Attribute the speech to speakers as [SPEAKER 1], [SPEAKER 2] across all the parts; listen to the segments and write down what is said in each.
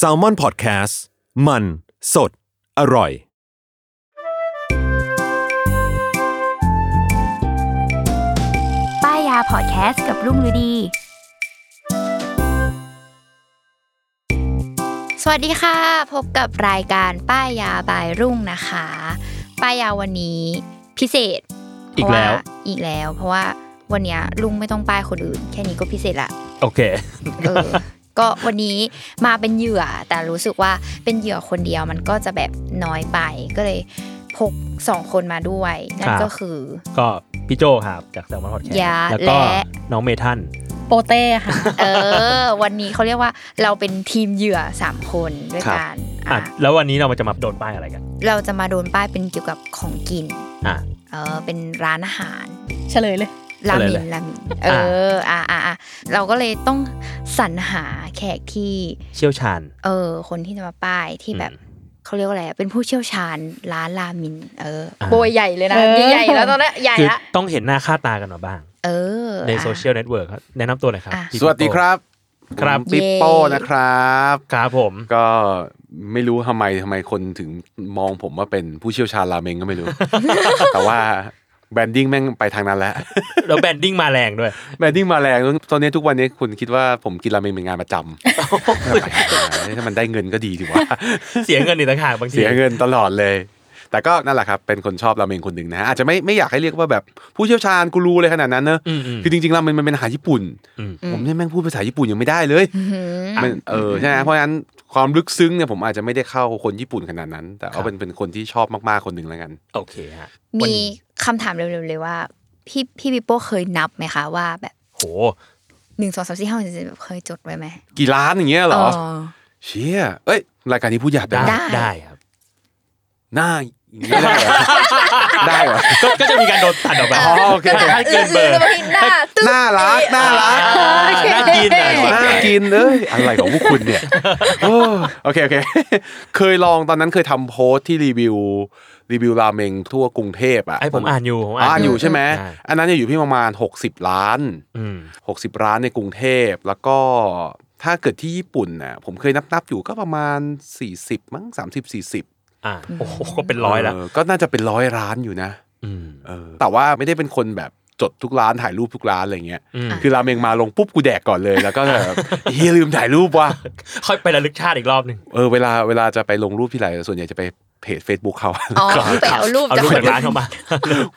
[SPEAKER 1] s a l m o n PODCAST มันสดอร่อย
[SPEAKER 2] ป้ายยาพอดแคสต์กับรุ่งฤดี สวัสดีค่ะ พบกับรายการป้ายยาบายรุ่งนะคะ ป้ายยาวันนี้พิเศษ
[SPEAKER 3] อีกแล้ว
[SPEAKER 2] เพราะาอีกแล้ว เพราะว่าวันเนี้ยลุงไม่ต้องป้ายคนอื่น แค่นี้ก็พิเศษละ
[SPEAKER 3] โอเค
[SPEAKER 2] เอ อ ก็วันนี้มาเป็นเหยื่อ แต่รู้สึกว่าเป็นเหยื่อคนเดียวมันก็จะแบบน้อยไป ก็เลยพกสองคนมาด้วยนั่น
[SPEAKER 3] ครับ
[SPEAKER 2] ก็คือ
[SPEAKER 3] ก็พี่โจครับจากแซลมอนพอดแคสต์
[SPEAKER 2] ยา
[SPEAKER 3] แล้วก็
[SPEAKER 2] และ
[SPEAKER 3] น้องเมทัน
[SPEAKER 4] โปเต้ค่ะ
[SPEAKER 2] เออ วันนี้เขาเรียกว่าเราเป็นทีมเหยื่อ 3 คนด้วยกัน
[SPEAKER 3] อ่ะ
[SPEAKER 2] อ่ะ
[SPEAKER 3] แล้ววันนี้เรามาจะมาโดนป้ายอะไรกัน
[SPEAKER 2] เราจะมาโดนป้ายเป็นเกี่ยวกับของกิน
[SPEAKER 3] อ่ะ
[SPEAKER 2] เออ เป็นร้านอาหาร
[SPEAKER 4] เฉลยเลย
[SPEAKER 2] ราเมิ
[SPEAKER 3] อะไร
[SPEAKER 2] น
[SPEAKER 3] นะ
[SPEAKER 2] ราเมินเออ อ่ะอ่ะอ่ะเราก็เลยต้องสรรหาแขกที่
[SPEAKER 3] เชี่ยวชาญ
[SPEAKER 2] เออ คนที่จะมาป้ายที่แบบ
[SPEAKER 3] อืม
[SPEAKER 2] เขาเรียกว่าอะไรอ่ะเป็นผู้เชี่ยวชาญร้านราเมิน เออ
[SPEAKER 3] อ่า
[SPEAKER 2] โบยใหญ่เลยนะ
[SPEAKER 4] เออ
[SPEAKER 2] ใหญ่ๆแล้วตอนนี้ใหญ่
[SPEAKER 3] คือ
[SPEAKER 2] ละ
[SPEAKER 3] ต้องเห็นหน้าค่าตากันมาบ้าง
[SPEAKER 2] เออ
[SPEAKER 3] ใน
[SPEAKER 2] อ่ะ
[SPEAKER 3] โซเชียลเน็ตเวิร์กแนะนำตัวหน่อยครับ
[SPEAKER 2] อ่ะ
[SPEAKER 3] พี่
[SPEAKER 5] สวัสดีครับ
[SPEAKER 3] ครับ
[SPEAKER 5] ผมปิปโป้นะครับ
[SPEAKER 3] ครับผม
[SPEAKER 5] ก็ไม่รู้ทำไมทำไมคนถึงมองผมว่าเป็นผู้เชี่ยวชาญราเมงก็ไม่รู้ แต่ว่าแบรนดิ้งแม่งไปทางนั้นแล้ว
[SPEAKER 3] แล้วแบนดิ้งมาแรงด้วย
[SPEAKER 5] แบรนดิ้งมาแรงตอนนี้ทุกวันนี้คุณคิดว่าผมกินราเมงเป็นงานประจ ำ ถ้ ามันได้เงินก็ดีดีวะ
[SPEAKER 3] เสียเงินอีกต่างหากบางที
[SPEAKER 5] เสียเงินตลอดเลย แต่ก็นั่นแหละครับ เป็นคนชอบราเมงคนหนึ่งนะฮะอาจจะไม่ไม่อยากให้เรียกว่าแบบผู้เชี่ยวชาญกูรู้เลยขนาดนั้นเนอะ
[SPEAKER 3] อืมอืม
[SPEAKER 5] คือจริงๆราเมงมันเป็นอาหารญี่ปุ่น
[SPEAKER 3] อืม
[SPEAKER 5] ผมเนี่ยแม่งพูดภาษาญี่ปุ่นยังไม่ได้เลย
[SPEAKER 2] อื้อหือ
[SPEAKER 5] มันเออใช่ไหมเพราะฉะนั้นความลึกซึ้งเนี่ยผมอาจจะไม่ได้เข้าคนญี่ปุ่นขนาดนั้น แต่เอาเป็นเป็นคนที่ชอบมากๆคนหนึ่งแล้วกัน
[SPEAKER 3] โอเคฮะวัน
[SPEAKER 2] มี
[SPEAKER 3] นี้
[SPEAKER 2] คำถามเร็วๆเลยว่า พี่พี่ปิโป้เคยนับไหมคะว่าแบบ
[SPEAKER 3] โห
[SPEAKER 2] หนึ่งสองสามสี่ห้าหกเจ็ดแปดเก้าสิบเคยจดไว้ไหม
[SPEAKER 5] กี่ล้านอย่างเงี้ยเหรอ
[SPEAKER 2] อ
[SPEAKER 5] เชี่ยเอ้ยรายการนี้พูดหยาบ
[SPEAKER 3] ได้
[SPEAKER 5] ได้
[SPEAKER 2] ได้
[SPEAKER 3] ได้ครับ
[SPEAKER 5] หน้าอย่างเงี้ยได้เหรอ ได้เหรอ
[SPEAKER 3] ก็ก็จะมีการโดนตัดออกไป
[SPEAKER 5] อ๋อโอเค
[SPEAKER 3] ถ้าเกินเบอร์
[SPEAKER 5] น่ารักน่ารัก
[SPEAKER 3] น่ากินอ่ะ
[SPEAKER 5] น่ากินเอ้ยอะไรของพวกคุณเนี่ยโอ้โอเคโอเค เคยลองตอนนั้นเคยทำโพสต์ที่รีวิว รีวิวราเมงทั่วกรุงเทพอ่ะ
[SPEAKER 3] ไอผมอ่านอยู่ผม
[SPEAKER 5] อ่านอยู่ใช่ไหม
[SPEAKER 3] อ่า
[SPEAKER 5] อันนั้นเนี่ยอยู่ที่ประมาณ 60 ล้าน
[SPEAKER 3] อืม
[SPEAKER 5] 60 ร้านในกรุงเทพแล้วก็ถ้าเกิดที่ญี่ปุ่นน่ะผมเคยนับนับๆอยู่ก็ประมาณ 40 มั้ง30 40
[SPEAKER 3] อ่าโอ้โหก็เป็นร้อยละ
[SPEAKER 5] เก็น่าจะเป็นร้อยร้านอยู่นะ
[SPEAKER 3] อืม
[SPEAKER 5] เออแต่ว่าไม่ได้เป็นคนแบบจดทุกร้านถ่ายรูปทุกร้านอะไรเงี้ย
[SPEAKER 3] อืม
[SPEAKER 5] คือราเมงมาลงปุ๊บกูแดกก่อนเลยแล้วก็แบบ เฮียลืมถ่ายรูปว่ะ
[SPEAKER 3] ค่อยไประลึกชาติอีกรอบหนึ่ง
[SPEAKER 5] เออเวลาเวลาจะไปลงรูปที่ไหนส่วนใหญ่จะไปเพจ Facebook เขา
[SPEAKER 2] อ๋อไปเอารูป
[SPEAKER 3] เอา
[SPEAKER 2] จาก
[SPEAKER 3] รูป
[SPEAKER 2] ค
[SPEAKER 3] จาน กร้านเข้ามา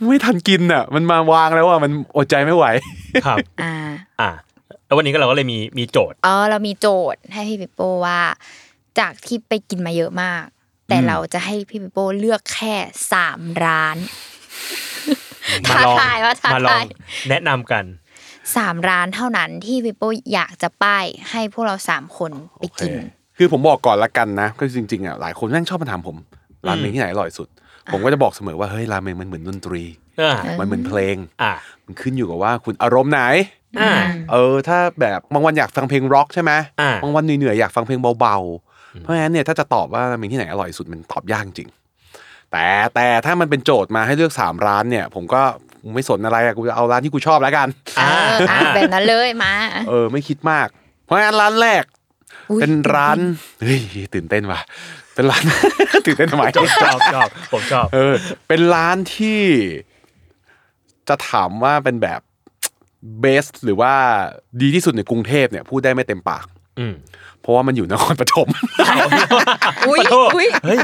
[SPEAKER 5] ไม่ทันกินอ่ะ มันมาวางแล้วอ่ะมันอดใจไม่ไหว
[SPEAKER 3] ครับ
[SPEAKER 2] อ่า
[SPEAKER 3] อ่า แล้ววันนี้ก็เราก็เลยมีมีโจทย์
[SPEAKER 2] อ๋อเรามีโจทย์ให้พี่ปิโป้ว่า จากที่ไปกินมาเยอะมาก แต่
[SPEAKER 5] อืม
[SPEAKER 2] เราจะให้พี่ปิโป้เลือกแค่สามร้าน
[SPEAKER 3] มาลอง
[SPEAKER 2] ท้าทายว่าท้า
[SPEAKER 3] มาลอ
[SPEAKER 2] ทาง ย
[SPEAKER 3] แนะนำกัน
[SPEAKER 2] สามร้านเท่านั้นที่พี่ปิโป้อยากจะป้ายให้พวกเราสามคนไปกิน
[SPEAKER 5] คือผมบอกก่อนละกันนะก็จริงๆอ่ะหลายคนแม่งชอบมาถามผมราเมงที่ไหนอร่อยสุด ผมก็จะบอกเสมอว่าเฮ้ยราเมงมันเหมือนดนตรี
[SPEAKER 3] เอ่า
[SPEAKER 2] เออ
[SPEAKER 5] มันเหมือนเพลง
[SPEAKER 3] อ่า
[SPEAKER 5] มันขึ้นอยู่กับว่าคุณอารมณ์ไหน
[SPEAKER 3] อ่า
[SPEAKER 5] เออ ถ้าแบบบางวันอยากฟังเพลงร็อกใช่ไหม
[SPEAKER 3] อ่า
[SPEAKER 5] บางวันเหนื่อยๆอยากฟังเพลงเบาๆ เพราะฉะนั้นเนี่ยถ้าจะตอบว่าราเมงที่ไหนอร่อยสุดมันตอบยากจริง แต่แต่ถ้ามันเป็นโจทย์มาให้เลือกสามร้านเนี่ย ผมก็ไม่สนอะไรอะกูจะเอาร้านที่กูชอบแล้วกัน
[SPEAKER 2] เอออ่ะแบบนั้นเลยมา
[SPEAKER 5] เออไม่คิดมาก เพราะงั้นร้านแรก
[SPEAKER 2] อุ๊ย
[SPEAKER 5] เป็นร้านเฮ้ยตื่นเต้นว่ะเป็นร้าน ตื่นเต้นทำไม
[SPEAKER 3] ชอบชอบชอบผมชอบ
[SPEAKER 5] เออ เป็นร้านที่ จะถามว่าเป็นแบบเบสหรือว่าดีที่สุดในกรุงเทพเนี่ยพูดได้ไม่เต็มปาก
[SPEAKER 3] อืม
[SPEAKER 5] เพราะว่ามันอยู่นครปฐม
[SPEAKER 2] อุ้ย
[SPEAKER 3] ขอโทษ
[SPEAKER 2] อุ้ย
[SPEAKER 3] เฮ้ย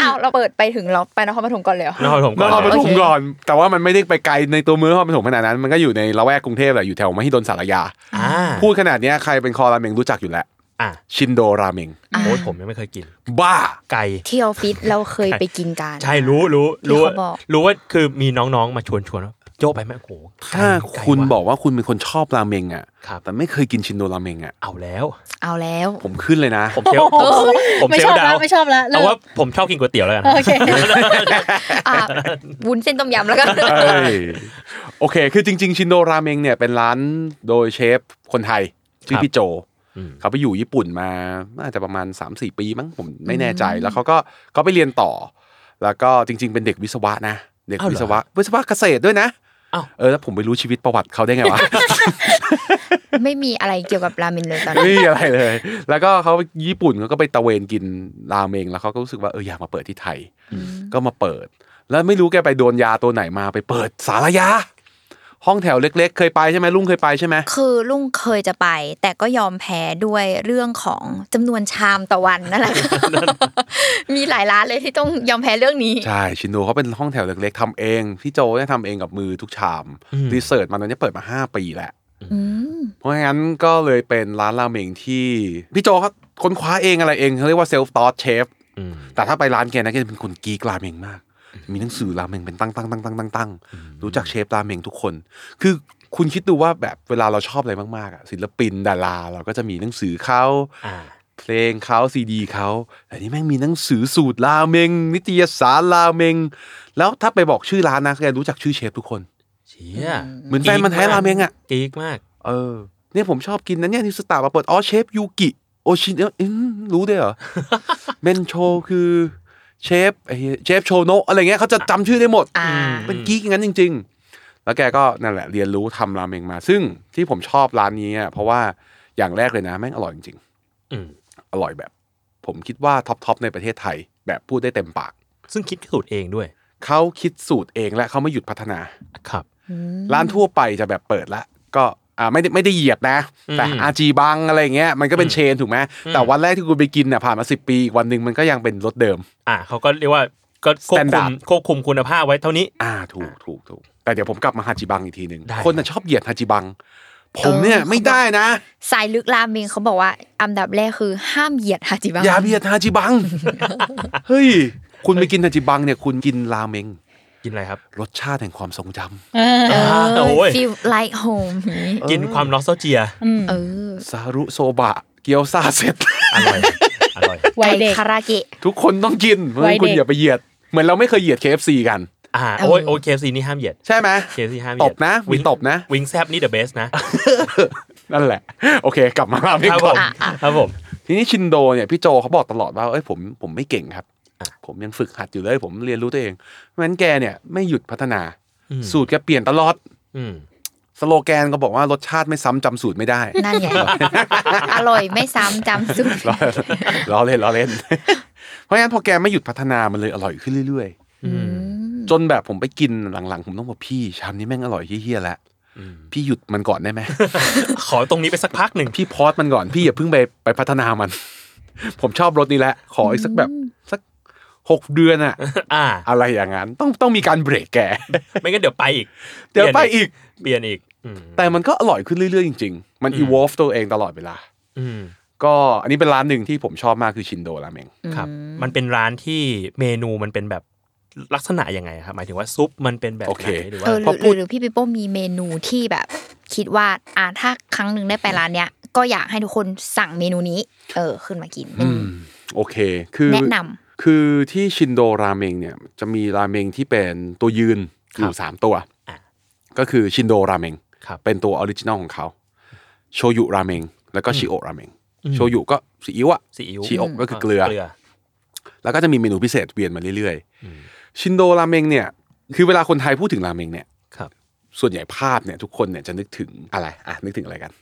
[SPEAKER 2] เอาเราเปิดไปถึงเราไปนครปฐมก่อนเลยเหรอ
[SPEAKER 3] นครปฐม
[SPEAKER 5] น
[SPEAKER 3] ก่อน
[SPEAKER 5] ครปฐ
[SPEAKER 3] เลย
[SPEAKER 5] ม
[SPEAKER 2] โอเค
[SPEAKER 5] ก่อน แต่ว่ามันไม่ได้ไปไกลในตัวเมืองนครปฐมขนาดนั้น มันก็อยู่ในละแวกกรุงเทพแหละอยู่แถวมหิดลสารยา
[SPEAKER 3] อ่า
[SPEAKER 5] พูดขนาดเนี้ยใครเป็นคอราเมงรู้จักอยู่แล้ว
[SPEAKER 3] อ่า
[SPEAKER 5] ชินโดราเมง
[SPEAKER 3] โอ้ยผมยังไม่เคยกิน
[SPEAKER 5] บ้า
[SPEAKER 3] ไก่
[SPEAKER 2] ที่ออฟฟิศเราเคยไปกินกัน
[SPEAKER 3] ใช่รู้รู้รู้
[SPEAKER 2] ที่เขาบอก
[SPEAKER 3] รู้ว่าคือมีน้องๆมาชวนชวนว่า โจ้ไปไหมโอ้โหไกล
[SPEAKER 5] ถ้า
[SPEAKER 3] ไล
[SPEAKER 5] คุณ
[SPEAKER 3] ว่ะ
[SPEAKER 5] บอกว่าคุณเป็นคนชอบราเมงอ่ะ
[SPEAKER 3] ครับ
[SPEAKER 5] แต่ไม่เคยกินชินโดราเมงอ่ะ
[SPEAKER 3] เอาแล้ว
[SPEAKER 2] เอาแล้ว
[SPEAKER 5] ผมขึ้นเลยนะ
[SPEAKER 3] ผมเซลล
[SPEAKER 4] โอ้โห
[SPEAKER 3] ผม
[SPEAKER 4] ไม่
[SPEAKER 3] เซล
[SPEAKER 4] ช
[SPEAKER 3] ล
[SPEAKER 4] อบ
[SPEAKER 3] ดา
[SPEAKER 4] ละ
[SPEAKER 3] ว
[SPEAKER 4] ไม่ชอบละเลิ
[SPEAKER 3] เอา
[SPEAKER 4] ก
[SPEAKER 3] ว่าผมชอบกินก๋วยเตี๋ยวแล้วกัน
[SPEAKER 4] โอเค
[SPEAKER 2] อ่ะวุ้นเส้นต้มยำแล้วกัน
[SPEAKER 5] เอ้ยโอเค คือจริง ๆ ชินโดราเมงเนี่ยเป็นร้านโดยเชฟคนไทยชื่อพี่โจ
[SPEAKER 3] อืม
[SPEAKER 5] เขาไปอยู่ญี่ปุ่นมาน่าจะประมาณ 3-4 ปีมั้งผมไม่แน่ใจแล้วเขาก็เขาไปเรียนต่อ แล้วก็จริง ๆ เป็นเด็กวิศวะนะ เด็กวิศวะ วิศวะเกษตรด้วยนะ
[SPEAKER 3] อ้าว
[SPEAKER 5] เออแล้วผมไปรู้ชีวิตประวัติเขาได้ไงวะ
[SPEAKER 2] ไม่มีอะไรเกี่ยวกับราเมนเลยตอน
[SPEAKER 5] ไม่
[SPEAKER 2] นี้
[SPEAKER 5] มีอะไรเลย แล้วก็เขาญี่ปุ่นเขาก็ไปตะเวนกินราเมงแล้วเขาก็รู้สึกว่าเอออยากมาเปิดที่ไทย ก็มาเปิด แล้วไม่รู้แกไปโดนยาตัวไหนมาไปเปิดสารยา ห้องแถวเล็ก ๆ เคยไปใช่ไหมลุงเคยไปใช่ไหม
[SPEAKER 2] คือลุงเคยจะไป แต่ก็ยอมแพ้ด้วยเรื่องของจำนวนชามต่อวันนั่นแหละค่ะมีหลายร้านเลยที่ต้องยอมแพ้เรื่องนี้
[SPEAKER 5] ใช่ชินโดเขาเป็นห้องแถวเล็ก ๆทำเองพี่โจเนี่ยทำเองกับมือทุกชาม
[SPEAKER 3] อืม
[SPEAKER 5] รีเสิร์ชมันตอนนี้เปิดมาห้าปีแหละ
[SPEAKER 2] อืม
[SPEAKER 5] เพราะงั้นก็เลยเป็นร้านราเมงที่พี่โจเขาค้นคว้าเองอะไรเองเขาเรียกว่าเซลฟ์ตอ h เชฟ
[SPEAKER 3] อืม
[SPEAKER 5] แต่ถ้าไปร้านแกนะแกจะเป็นคนกรีกราเมงมาก มีหนังสือราเมงเป็นตั้งตั้งตั้งตั้งตั้งตั้งรู้จักเชฟราเมงทุกคน คือคุณคิดดูว่าแบบเวลาเราชอบอะไรมากๆอะศิลปินดาราเราก็จะมีหนังสือเขา
[SPEAKER 3] อ่า
[SPEAKER 5] เพลงเขาซีดีเขาแต่นี่แม่งมีหนังสือสูตรราเมง นิตยสารราเมง แล้วถ้าไปบอกชื่อร้านนะแกรู้จักชื่อเชฟทุกคน
[SPEAKER 3] เชี่ย
[SPEAKER 5] เหมือนแฟนมันแท้ราเมงอะ
[SPEAKER 3] กรี๊กมาก
[SPEAKER 5] เออเนี่ยผมชอบกินนะเนี่ยนิวสตาร์มาเปิดอ๋อเชฟยูกิโอชินเอ้ยอืมรู้ด้วยเหรอ เมนโชคือเชฟไอ้เหี้ยเชฟโชโนะอะไรเงี้ยเขาจะจำชื่อได้หมด
[SPEAKER 2] อ่า
[SPEAKER 5] เป็นกิ๊กอย่างนั้นจริง ๆ แล้วแกก็นั่นแหละเรียนรู้ทำราเมงมา ซึ่งที่ผมชอบร้านนี้อะเพราะว่าอย่างแรกเลยนะ แม่งอร่อยจริง
[SPEAKER 3] อืม
[SPEAKER 5] ๆ อร่อยแบบ ผมคิดว่าท็อปทอปในประเทศไทย แบบพูดได้เต็มปาก
[SPEAKER 3] ซึ่งคิดสูตรเองด้วย
[SPEAKER 5] เขาคิดสูตรเองและเขาไม่หยุดพัฒนา
[SPEAKER 3] ครับ
[SPEAKER 5] ร้านทั่วไปจะแบบเปิดละก็อ่าไม่ได้ไม่ได้เหยียบนะ แต่
[SPEAKER 3] อืม
[SPEAKER 5] อาจีบังอะไรอย่างเงี้ยมันก็เป็น
[SPEAKER 3] อืม
[SPEAKER 5] เชนถูกไหม
[SPEAKER 3] อืม
[SPEAKER 5] แต่วันแรกที่คุณไปกินเนี่ยผ่านมาสิปีอีกวันหนึ่งมันก็ยังเป็นรสเดิม
[SPEAKER 3] อ่าเขาก็เรียกว่าก็ควบคุม
[SPEAKER 5] Standard
[SPEAKER 3] ควบคุมคุณภาพไว้เท่านี้
[SPEAKER 5] อ่าถูกถูกถูกแต่เดี๋ยวผมกลับมาฮาจิบังอีกทีหนึ่ง
[SPEAKER 3] ได้
[SPEAKER 5] คนน่ะชอบเหยียดฮาจิบัง ผมเนี่ย
[SPEAKER 2] เออ
[SPEAKER 5] ไม่ได้นะ
[SPEAKER 2] สายลึกราเมงเขาบอกว่า อันดับแรกคือห้ามเหยียดฮาจิบัง
[SPEAKER 5] อย่าเบียดฮาจิบั ง เฮ้ย คุณไปกินฮาจิบังเนี่ย คุณกินราเมง
[SPEAKER 3] กินอะไรครับ
[SPEAKER 5] รสชาติแห่งความทรงจำ
[SPEAKER 4] เออ
[SPEAKER 2] เอ
[SPEAKER 3] โอ้
[SPEAKER 2] อย ฟีลไลท์โฮม
[SPEAKER 3] กินความนอสโซเจีย
[SPEAKER 4] อืม
[SPEAKER 2] เออ
[SPEAKER 5] ซารุโซบะ เกี๊ยวซาเสร็จ
[SPEAKER 3] อ ร่อยอร่อย
[SPEAKER 4] วัยเด็ก
[SPEAKER 2] ไก่คาราเกะ
[SPEAKER 5] ทุกคนต้องกินเพราะฉะนั้นคุณ
[SPEAKER 4] วัยเด็ก
[SPEAKER 5] อย่าไปเหยียด เหมือนเราไม่เคยเหยียด KFC กัน
[SPEAKER 3] อ่า
[SPEAKER 2] เออ
[SPEAKER 3] โอ้ยโอเคซีนี่ห้ามเหยียด
[SPEAKER 5] ใช่ไหม
[SPEAKER 3] เคซีห้ามเหยียด
[SPEAKER 5] ตบนะมี
[SPEAKER 3] วิง
[SPEAKER 5] ตบนะ
[SPEAKER 3] วิงแซบนี่เดอะเบสนะ
[SPEAKER 5] นั่นแหละ โอเค กลับมาราเมง
[SPEAKER 3] ครับผ
[SPEAKER 5] ก่อน
[SPEAKER 3] มครับผม
[SPEAKER 5] ทีนี้ชินโดเนี่ยพี่โจเขาบอกตลอดว่าเอ้ยผมผมไม่เก่งครับ
[SPEAKER 3] อ่ะ
[SPEAKER 5] ผมยังฝึกหัดอยู่เลย ผมเรียนรู้ตัวเองเพราะฉะนั้นแกเนี่ยไม่หยุดพัฒนา
[SPEAKER 3] อืม
[SPEAKER 5] สูตรแกเปลี่ยนตลอด
[SPEAKER 3] อืม
[SPEAKER 5] สโลแกนก็บอกว่ารสชาติไม่ซ้ำจำสูตรไม่ได้
[SPEAKER 2] นั่นไง อร่อยไม่ซ้ำจำสูตร
[SPEAKER 5] ล้อล้อเล่นล้อเล่น เพราะงั้นพอแกไม่หยุดพัฒนามันเลยอร่อยขึ้นเรื่อย
[SPEAKER 3] อืม
[SPEAKER 5] ๆ จนแบบผมไปกินหลังๆ ผมต้องบอกพี่ชามนี้แม่งอร่อยเฮี้ยๆแล้ว
[SPEAKER 3] อืม
[SPEAKER 5] พี่หยุดมันก่อนได้ไหม
[SPEAKER 3] ขอตรงนี้ไปสักพักหนึ่ง
[SPEAKER 5] พี่พอสมันก่อนพี่อย่าเพิ่งไปไปพัฒนามัน ผมชอบรสนี้แหละ ขออีกสักแบบสักหกเดือนอะ
[SPEAKER 3] อ่า
[SPEAKER 5] อะไรอย่างนั้นต้องต้องมีการเบรกแก
[SPEAKER 3] ไม่งั้นเดี๋ยวไปอีก
[SPEAKER 5] เดี๋ยวไปอีก
[SPEAKER 3] เปลี่ยนอีกอืม
[SPEAKER 5] แต่มันก็อร่อยขึ้นเรื่อยๆจริงๆ มัน
[SPEAKER 3] อืม
[SPEAKER 5] อีวอฟตัวเองตลอดเวลา
[SPEAKER 3] อืม
[SPEAKER 5] ก็อันนี้เป็นร้านหนึ่งที่ผมชอบมากคือชินโดราเมง
[SPEAKER 3] ครับ มันเป็นร้านที่เมนูมันเป็นแบบลักษณะยังไงครับหมายถึงว่าซุปมันเป็นแบบไหนหรือว่า
[SPEAKER 2] เออหรือหรือหรือพี่ปิโป้มีเมนูที่แบบ คิดว่าอ่าถ้าครั้งหนึ่งได้ไปร้านเนี้ย ก็อยากให้ทุกคนสั่งเมนูนี้ เออ ขึ้นมากิน
[SPEAKER 5] มโอเค คือ
[SPEAKER 2] แนะน
[SPEAKER 5] คือที่ชินโดราเมงเนี่ยจะมีราเมงที่เป็นตัวยืนอยู่สามตัว ก็คือชินโดราเมง
[SPEAKER 3] ครับ
[SPEAKER 5] เป็นตัวออริจินอลของเขาโชยุราเมงแล้วก็ชิโอะราเมง
[SPEAKER 3] อืม
[SPEAKER 5] โชยุก็ซีอิ๊วอะ
[SPEAKER 3] ซีอิ๊ว
[SPEAKER 5] ชิโอะก็คือเกลือ
[SPEAKER 3] เกลือ
[SPEAKER 5] แล้วก็จะมีเมนูพิเศษเวียนมาเรื่อย
[SPEAKER 3] อืม
[SPEAKER 5] ๆ ชินโดราเมงเนี่ย คือเวลาคนไทยพูดถึงราเมงเนี่ย
[SPEAKER 3] ครับ
[SPEAKER 5] ส่วนใหญ่ภาพเนี่ยทุกคนเนี่ยจะนึกถึงอะไร อ่ะ นึกถึงอะไรกัน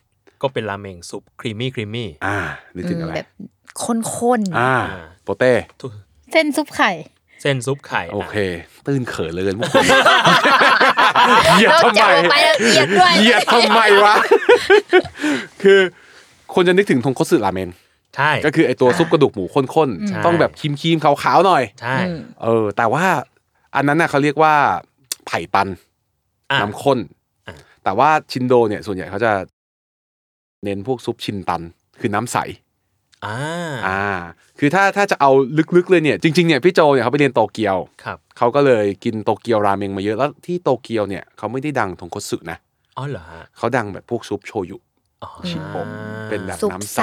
[SPEAKER 3] ก็เป็นราเมงซุปครีมมี่ครีมมี่
[SPEAKER 5] อ่า นึกถึงอะไร
[SPEAKER 2] ำแบบข้น
[SPEAKER 5] อ่า
[SPEAKER 3] อ่า
[SPEAKER 5] โปเต้
[SPEAKER 4] เส้นซุปไข่
[SPEAKER 3] เส้นซุปไข่
[SPEAKER 5] โอ
[SPEAKER 3] อ่ะ
[SPEAKER 5] เค ตื้นเขินเหลยพวกคุณ เหยีย
[SPEAKER 2] ๆ
[SPEAKER 5] ด
[SPEAKER 2] แล้ว
[SPEAKER 5] ทำ
[SPEAKER 2] จะเอา
[SPEAKER 5] ไม
[SPEAKER 2] ไปละเอียดด้วย
[SPEAKER 5] เหยียดทำไมวะ คือคนจะนึกถึงทงคตสึราเมน
[SPEAKER 3] ใช่
[SPEAKER 5] ก็คือไอตัวซุปกระดูกหมูข้น
[SPEAKER 3] ใช่
[SPEAKER 5] ๆ ต้องแบบครีมๆขาวๆหน่อย
[SPEAKER 3] ใช่
[SPEAKER 2] อืม
[SPEAKER 5] เออ แต่ว่าอันนั้นน่ะเขาเรียกว่าไผ่ตัน
[SPEAKER 3] อ่ะ
[SPEAKER 5] น้ำข้น
[SPEAKER 3] อ่ะ
[SPEAKER 5] แต่ว่าชินโดเนี่ยส่วนใหญ่เขาจะเน้นพวกซุปชินตัน คือน้ำใส
[SPEAKER 3] อ่า
[SPEAKER 5] อ่า คือถ้าถ้าจะเอาลึกๆเลยเนี่ยจริงๆเนี่ยพี่โจเนี่ยเขาไปเรียนโตเกียว
[SPEAKER 3] ครับ
[SPEAKER 5] เขาก็เลยกินโตเกียวราเมงมาเยอะแล้วที่โตเกียวเนี่ยเขาไม่ได้ดังทงคัตสึนะ
[SPEAKER 3] อ๋อเหรอฮะ
[SPEAKER 5] เขาดังแบบพวกซุปโชยุ
[SPEAKER 3] อ๋อ
[SPEAKER 5] ชิมผมเป็นแบบ
[SPEAKER 2] ซุปใส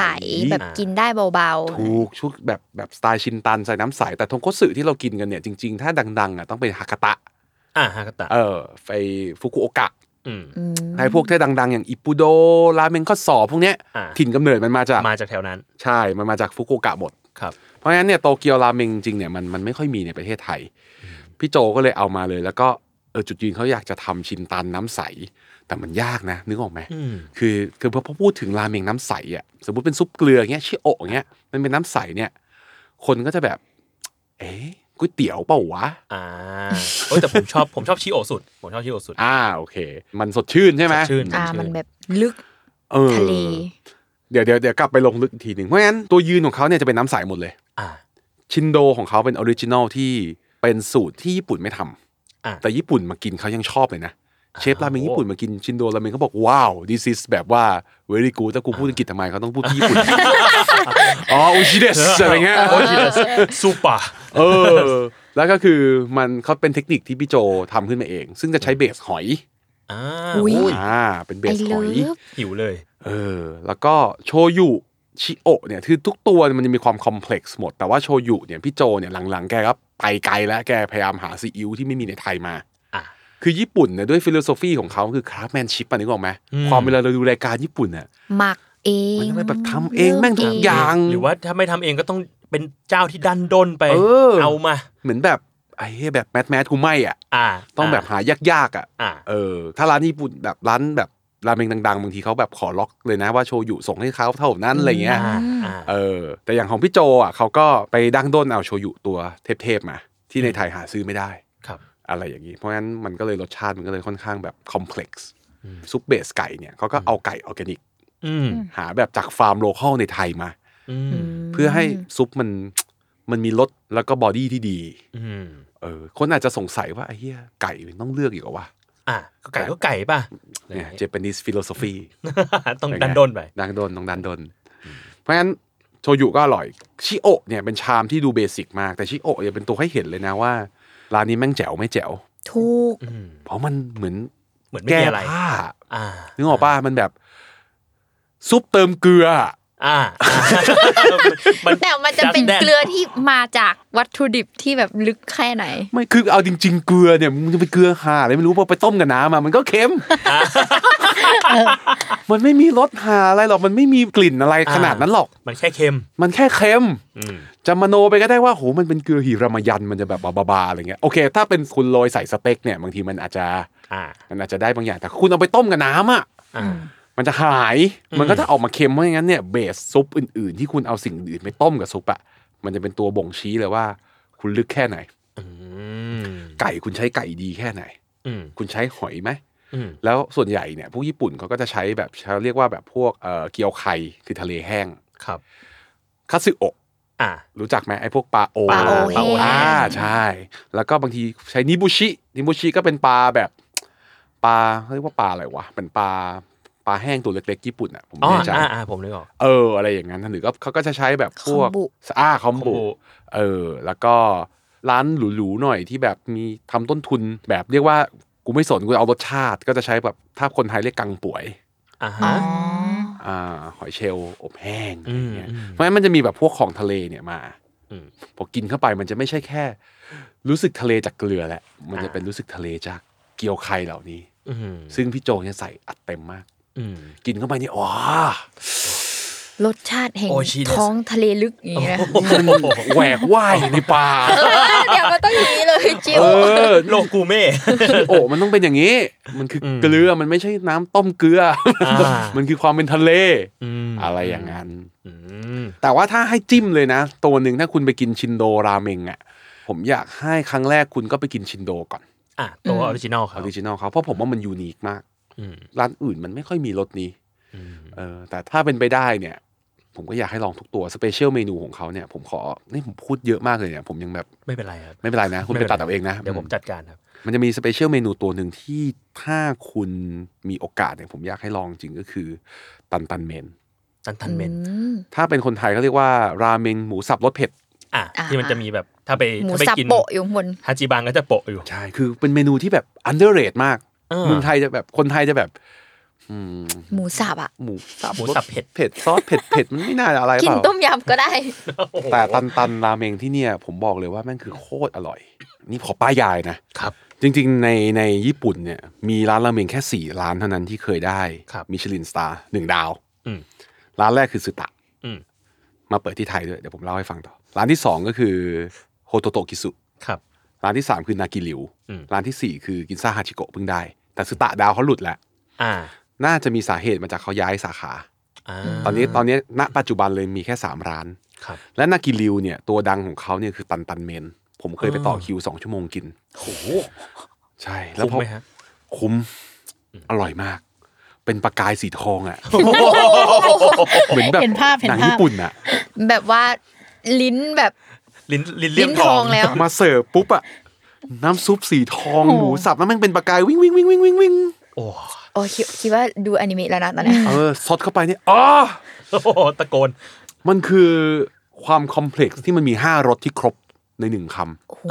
[SPEAKER 2] แบบกินได้เบา
[SPEAKER 5] ถูกชุดแบบแบบสไตล์ชินตันใส่น้ำใสแต่ทงคัตสึที่เรากินกันเนี่ยจริงๆ ถ้าดังๆอ่ะต้องเป็นฮากาตะ
[SPEAKER 3] อ่าฮากาตะ
[SPEAKER 5] เออไปฟุกุโอกะ
[SPEAKER 3] อืม
[SPEAKER 2] ๆอืม
[SPEAKER 5] ไอ้พวกที่ดัง ๆ อย่างอิปปุโดราเมงข้อสอบพวกเนี้ย
[SPEAKER 3] อ่า
[SPEAKER 5] ถิ่นกำเนิดมันมาจาก
[SPEAKER 3] มาจากแถวนั้น
[SPEAKER 5] ใช่ มันมาจากฟุกุโอกะหมด
[SPEAKER 3] ครับ
[SPEAKER 5] เพราะฉะนั้นเนี่ยโตเกียวราเมงจริงๆเนี่ยมันมันไม่ค่อยมีในประเทศไทย พี่โจก็เลยเอามาเลย แล้วก็เออจุดยืนเขาอยากจะทำชินตันน้ำใส แต่มันยากนะ นึกออกไหม
[SPEAKER 3] อืม
[SPEAKER 5] คือคือพอพอพูดถึงราเมงน้ำใสอ่ะสมมติเป็นซุปเกลือเงี้ยชิโอะเงี้ยมันเป็นน้ำใสเนี่ย คนก็จะแบบ เอ๊ะก๋วยเตี๋ยวเปล่าวะ
[SPEAKER 3] อ่าโอ้ยแต่ผมชอบผมชอบชิโอะสุด ผมชอบชิโอะสุด
[SPEAKER 5] อ่าโอเค มันสดชื่นใช่ไหม
[SPEAKER 3] สดชื่น
[SPEAKER 2] อ่ามันแบบลึก
[SPEAKER 5] เออ
[SPEAKER 2] ทะเล
[SPEAKER 5] เดี๋ยวเดี๋ยวเดี๋ยวกลับไปลงลึกอีกทีหนึ่งเพราะฉะนั้นตัวยืนของเขาเนี่ยจะเป็นน้ำใสหมดเลย
[SPEAKER 3] อ่า
[SPEAKER 5] ชินโดของเขาเป็นออริจินอลที่เป็นสูตรที่ญี่ปุ่นไม่ทำ
[SPEAKER 3] อ่ะ
[SPEAKER 5] แต่ญี่ปุ่นมากินเขายังชอบเลยนะ
[SPEAKER 3] อ่า
[SPEAKER 5] เชฟราเมง
[SPEAKER 3] โอ้
[SPEAKER 5] ญี่ปุ่นมากินชินโดราเมงเขาบอกว้าว this is แบบว่า very good แต่กูพูดอังกฤษทำไมเขาต้องพูดที่ญี่ปุ่น อ๋อโอชิเดสอะไรเงี้ย
[SPEAKER 3] โอ้ยซูเปอร์
[SPEAKER 5] เออ แล้วก็คือมันเขาเป็นเทคนิคที่พี่โจทำขึ้นมาเอง ซึ่งจะใช้เบสหอย
[SPEAKER 3] อ่า
[SPEAKER 2] อุ๊ย
[SPEAKER 3] อุ้ย
[SPEAKER 5] อ่าเป็นเบ
[SPEAKER 2] ไอ
[SPEAKER 5] สห
[SPEAKER 2] เลิ
[SPEAKER 5] อย
[SPEAKER 2] ฟ
[SPEAKER 3] หิวเลย
[SPEAKER 5] เออแล้วก็โชยุชิโอะเนี่ยคือทุกตัวมันจะมีความคอมเพล็กซ์หมด แต่ว่าโชยุเนี่ยพี่โจเนี่ยหลังๆ แกก็ไปไกลแล้วแกพยายามหาซีอิ๊วที่ไม่มีในไทยมา
[SPEAKER 3] อ่ะ
[SPEAKER 5] คือญี่ปุ่นเนี่ยด้วยฟิโลโซฟีของเขาคือคราฟแมนชิพอันนึกออกไหม
[SPEAKER 3] อืม
[SPEAKER 5] ความเวลาเราดูรายการญี่ปุ่นเนี่ย
[SPEAKER 2] หมักเอง
[SPEAKER 5] มันต้องแบบทำเองแม่งทุกอย่าง
[SPEAKER 3] หรือว่าถ้าไม่ทำเองก็ต้องเป็นเจ้าที่ดันด้นไป
[SPEAKER 5] เออ
[SPEAKER 3] มา
[SPEAKER 5] เหมือนแบบไอ้เหี้ยแบบแมทแมทกูไม่อ่ะ
[SPEAKER 3] อ่า
[SPEAKER 5] ต้องแบบหายากๆอ่ะ
[SPEAKER 3] อ่า
[SPEAKER 5] เออถ้าร้านญี่ปุ่นแบบร้านแบบราเมงดังๆบางทีเขาแบบขอล็อกเลยนะว่าโชยุส่งให้เขาเท่านั้นอะไรเงี้ย
[SPEAKER 3] อ่าอ่า
[SPEAKER 5] เออแต่อย่างของพี่โจอ่ะเขาก็ไปดั้งด้นเอาโชยุตัวเทพๆมาที่ในไทยหาซื้อไม่ได้
[SPEAKER 3] ครับ
[SPEAKER 5] อะไรอย่างนี้เพราะฉะนั้นมันก็เลยรสชาติมันก็เลยค่อนข้างแบบคอมเพล็กซ์
[SPEAKER 3] อืม
[SPEAKER 5] ซุปเบสไก่เนี่ยเขาก็เอาไก่ออร์แกนิก
[SPEAKER 3] อืม
[SPEAKER 5] หาแบบจากฟาร์มโลคอลในไทยมา
[SPEAKER 3] อื
[SPEAKER 2] อื
[SPEAKER 3] ม
[SPEAKER 2] ม
[SPEAKER 5] เพื่อให้ซุปมันมันมีรสแล้วก็บอดี้ที่ดี
[SPEAKER 3] อืม
[SPEAKER 5] เออคนอาจจะสงสัยว่าไอ้เหี้ยไก่มันต้องเลือกอีกเหรอวะ
[SPEAKER 3] อ่ะก็ไก่ก็ไก่ป่ะ
[SPEAKER 5] เนี่ยเจแปนิสฟิโลโซฟี
[SPEAKER 3] ต้องดันด้นไป
[SPEAKER 5] ดังโดนต้องดันโดน เพราะฉะนั้นโชยุก็อร่อย ชิโอะเนี่ยเป็นชามที่ดูเบสิกมาก แต่ชิโอะเนี่ยเป็นตัวให้เห็นเลยนะว่า ร้านนี้แม่งแจ๋วไม่แจ๋ว
[SPEAKER 2] ถูก
[SPEAKER 3] อืม
[SPEAKER 5] เพราะมันเหมือน
[SPEAKER 3] เหมือนไม่
[SPEAKER 5] แก้
[SPEAKER 3] มีอะไร
[SPEAKER 5] ผ้า
[SPEAKER 3] อ่า
[SPEAKER 5] นึกออกป่ะมันแบบ ซุปเติมเกลือ
[SPEAKER 3] อ่าอ่ามัน
[SPEAKER 2] แต่มันจะเป็นเกลือที่มาจากวัตถุดิบที่แบบลึกแค่ไหน
[SPEAKER 5] ไม่คือเอาจริง ๆ เกลือเนี่ยมันจะไปเกลือห่าอะไรไม่รู้พอไปต้มกับน้ำอะมันก็เค็ม มันไม่มีรสห่าอะไรหรอกมันไม่มีกลิ่นอะไรขนาดนั้นหรอก
[SPEAKER 3] มันแค่เค็ม
[SPEAKER 5] มันแค่เค็ม
[SPEAKER 3] อืม
[SPEAKER 5] จะมโนไปก็ได้ว่าโหมันเป็นเกลือหิรามายันมันจะแบบบาบาๆอะไรเงี้ยโอเค ถ้าเป็นคุณโรยใส่สเต็กเนี่ยบางทีมันอาจจะ
[SPEAKER 3] อ่า
[SPEAKER 5] มันอาจจะได้บางอย่างแต่คุณเอาไปต้มกับน้ำอ่ะ
[SPEAKER 3] อ่า
[SPEAKER 5] มันจะหาย
[SPEAKER 3] อืม
[SPEAKER 5] มันก็จะออกมาเค็มเพราะงั้นเนี่ยเบสซุปอื่นๆ ที่คุณเอาสิ่งอื่นไปต้มกับซุปอ่ะมันจะเป็นตัวบ่งชี้เลยว่า คุณลึกแค่ไหน
[SPEAKER 3] อืม
[SPEAKER 5] ไก่คุณใช้ไก่ดีแค่ไหน
[SPEAKER 3] อืม
[SPEAKER 5] คุณใช้หอยไหม
[SPEAKER 3] อืม
[SPEAKER 5] แล้วส่วนใหญ่เนี่ยพวกญี่ปุ่นเขาก็จะใช้แบบเขาเรียกว่าแบบพวกเอ่อเกี๊ยวไข่คือทะเลแห้ง
[SPEAKER 3] ครับ
[SPEAKER 5] คัตสึโอะ
[SPEAKER 3] อ่า
[SPEAKER 5] รู้จักไหมไอ้พวกปลาโอ
[SPEAKER 2] ปลาโอ
[SPEAKER 3] ปลาโอแห้ง
[SPEAKER 5] อ่าใช่ แล้วก็บางทีใช้นิบุชิ นิบุชิก็เป็นปลาแบบปลาเขาเรียกว่าปลาอะไรวะเป็นปลาปลาแห้งตัวเล็กๆญี่ปุ่นอ่ะผม
[SPEAKER 3] อ๋อ
[SPEAKER 5] ไม่แน่ใจ
[SPEAKER 3] อ่าอ่าผมนึกออก
[SPEAKER 5] เอออะไรอย่างนั้นหรือก็เขาก็จะใช้แบบพวก
[SPEAKER 2] คอมบุ
[SPEAKER 5] อ่าคอม
[SPEAKER 3] คอม
[SPEAKER 5] บุ
[SPEAKER 3] บุ
[SPEAKER 5] เออ แล้วก็ร้านหรูๆหน่อยที่แบบมีทำต้นทุนแบบเรียกว่ากูไม่สนกูเอารสชาติ ก็จะใช้แบบถ้าคนไทยเรียกกังป่วย
[SPEAKER 3] อ่า
[SPEAKER 2] อ๋
[SPEAKER 3] ฮะ
[SPEAKER 2] อ
[SPEAKER 5] อ่าหอยเชลล์อบแห้งอะไรเงี้ย
[SPEAKER 3] อืมอืม
[SPEAKER 5] เพราะฉะนั้นมันจะมีแบบพวกของทะเลเนี่ยมา
[SPEAKER 3] อืม
[SPEAKER 5] พอกินเข้าไปมันจะไม่ใช่แค่ รู้สึกทะเลจากเกลือแหละมันจะ
[SPEAKER 3] อ่า
[SPEAKER 5] เป็นรู้สึกทะเลจากเกี๊ยวไข่เหล่านี้
[SPEAKER 3] อืม
[SPEAKER 5] ซึ่งพี่โจเนี่ยใส่อัดเต็มมาก
[SPEAKER 3] อืม
[SPEAKER 5] กินเข้าไปนี่ว้าร
[SPEAKER 2] สชาติแห่ง
[SPEAKER 3] โอชิเดส
[SPEAKER 2] ท้องทะเลลึกอย่างเงี้ยนะ
[SPEAKER 5] แหวกว่ายอยู่ในป่า
[SPEAKER 2] เออเดี๋ยวมันต้องอย่างนี้เลยจิว
[SPEAKER 5] เออ
[SPEAKER 3] โลกกูเม่
[SPEAKER 5] โอ้มันต้องเป็นอย่างนี้ มันคืออ
[SPEAKER 3] ม
[SPEAKER 5] เกลือมันไม่ใช่น้ำต้มเกลืออา มันคือความเป็นทะเล
[SPEAKER 3] ม
[SPEAKER 5] อะไรอย่างนั้น
[SPEAKER 3] อืม
[SPEAKER 5] แต่ว่าถ้าให้จิ้มเลยนะ ตัวหนึ่งถ้าคุณไปกินชินโดราเมงอ่ะผมอยากให้ครั้งแรกคุณก็ไปกินชินโดก่อน
[SPEAKER 3] อ่ะตัวออริจินอลค
[SPEAKER 5] อ
[SPEAKER 3] รั
[SPEAKER 5] อบ ริจินอลเขาเพราะผมว่ามันยูนิคมาก
[SPEAKER 3] อืม
[SPEAKER 5] ร้านอื่นมันไม่ค่อยมีรสนี้
[SPEAKER 3] อืม
[SPEAKER 5] เออแต่ถ้าเป็นไปได้เนี่ย ผมก็อยากให้ลองทุกตัวสเปเชียลเมนูของเขาเนี่ย ผมขอนี่ผมพูดเยอะมากเลยเนี่ยผมยังแบบ
[SPEAKER 3] ไม่เป็นไรครับ
[SPEAKER 5] ไม่เป็นไรนะ คุณ
[SPEAKER 3] ไม่
[SPEAKER 5] ไป
[SPEAKER 3] เป็นไร
[SPEAKER 5] ตัดเอาเองนะ
[SPEAKER 3] เดี๋ยวผมจัดการครับ
[SPEAKER 5] มันจะมีสเปเชียลเมนูตัวหนึ่งที่ถ้าคุณมีโอกาสเนี่ยผมอยากให้ลองจริงก็คือตันตันเมน
[SPEAKER 3] ตันตันเมน
[SPEAKER 2] อืม
[SPEAKER 5] ถ้าเป็นคนไทยเขาเรียกว่าราเมงหมูสับรสเผ็ด
[SPEAKER 3] อ่ะ
[SPEAKER 2] อ่า
[SPEAKER 3] ที่มันจะมีแบบถ้าไป
[SPEAKER 2] หมู
[SPEAKER 3] ถ้าไป
[SPEAKER 2] สับ
[SPEAKER 3] กิน
[SPEAKER 2] โปะอยู่ข้างบน
[SPEAKER 3] ฮาจิบังก็จะโปะอยู่
[SPEAKER 5] ใช่ คือเป็นเมนูที่แบบ underrate มาก
[SPEAKER 3] อ่า
[SPEAKER 5] เมืองไทยจะแบบคนไทยจะแบบ อืม
[SPEAKER 2] หมูสับอ่ะ
[SPEAKER 5] หมูสับ
[SPEAKER 3] หมูสับเผ็ด
[SPEAKER 5] เผ็ดซอสเผ็ดเผ็ดมันไม่น่าจะอะไร
[SPEAKER 2] กิ
[SPEAKER 5] เป
[SPEAKER 2] น
[SPEAKER 5] ล่า
[SPEAKER 2] ต้มยำก็ได้
[SPEAKER 5] แต่ตันตันราเมงที่เนี่ย ผมบอกเลยว่าแม่งคือโคตรอร่อย นี่ขอป้ายยายนะครับ จริงๆในในญี่ปุ่นเนี่ย มีร้านราเมงแค่ 4 ร้านเท่านั้นที่เคยได้
[SPEAKER 3] ครับ
[SPEAKER 5] มิชลินสตาร์หนึ่งดาว
[SPEAKER 3] อืม
[SPEAKER 5] ร้านแรกคือสึตะ
[SPEAKER 3] อืม
[SPEAKER 5] มาเปิดที่ไทยด้วย เดี๋ยวผมเล่าให้ฟังต่อ ร้านที่ 2 ก็คือโฮโตโตกิสุ
[SPEAKER 3] ครับ
[SPEAKER 5] ร้านที่ 3 คือนากิริว
[SPEAKER 3] อืม
[SPEAKER 5] ร้านทีสี่4 คือกินซ่าฮาชิโกะเพิ่งได้ แต่สึตะดาวเขาหลุดแล้ว
[SPEAKER 3] อ่า
[SPEAKER 5] น่าจะมีสาเหตุมาจากเขาย้ายสาขา
[SPEAKER 3] อ่า
[SPEAKER 5] ตอนนี้ตอนนี้ณปัจจุบันเลยมีแค่ 3 ร้าน
[SPEAKER 3] ครับ
[SPEAKER 5] และนากิริวเนี่ยตัวดังของเขาเนี่ยคือตันตันเมน ผมเคยไปต่อ
[SPEAKER 3] อ่า
[SPEAKER 5] คิวสองชั่วโมงกิน
[SPEAKER 3] โห
[SPEAKER 5] ใช่ แล้ว
[SPEAKER 3] คุ้ม
[SPEAKER 5] พอ
[SPEAKER 3] ไหมฮะ
[SPEAKER 5] คุ้มอร่อยมาก เป็นประกายสีทองอ่ะ เหมือนแบบ
[SPEAKER 4] เห็นภาพเห็น
[SPEAKER 5] หนัง
[SPEAKER 4] ภาพ
[SPEAKER 5] ญี่ปุ่นอ่ะ
[SPEAKER 2] แบบว่าลิ้นแบบ
[SPEAKER 3] ลิ้นลิ้นเลี่
[SPEAKER 2] ลิ้
[SPEAKER 3] ยม
[SPEAKER 2] น
[SPEAKER 3] ท
[SPEAKER 2] ท
[SPEAKER 3] อ
[SPEAKER 2] อง งแล้ว
[SPEAKER 5] มาเสิร์ฟปุ๊บอ่ะ น้ำซุปสีทอง
[SPEAKER 4] โอ้
[SPEAKER 5] ห
[SPEAKER 4] โห
[SPEAKER 5] มูสับแล้วแมันเป็นประกายวิ่งวิ่งวิ่งวิ่งวิ่งวิ่ง
[SPEAKER 3] โอ้โห
[SPEAKER 2] โอ้คิดคิดว่าดูอนิเมะแล้วนะตอนนี้น
[SPEAKER 5] เออซดเข้าไปเนี่ยอ๋อ
[SPEAKER 3] โอ้โหตะโกน
[SPEAKER 5] มันคือความคอมเพล็กซ์ที่มันมี 5รสที่ครบในหนึ่งค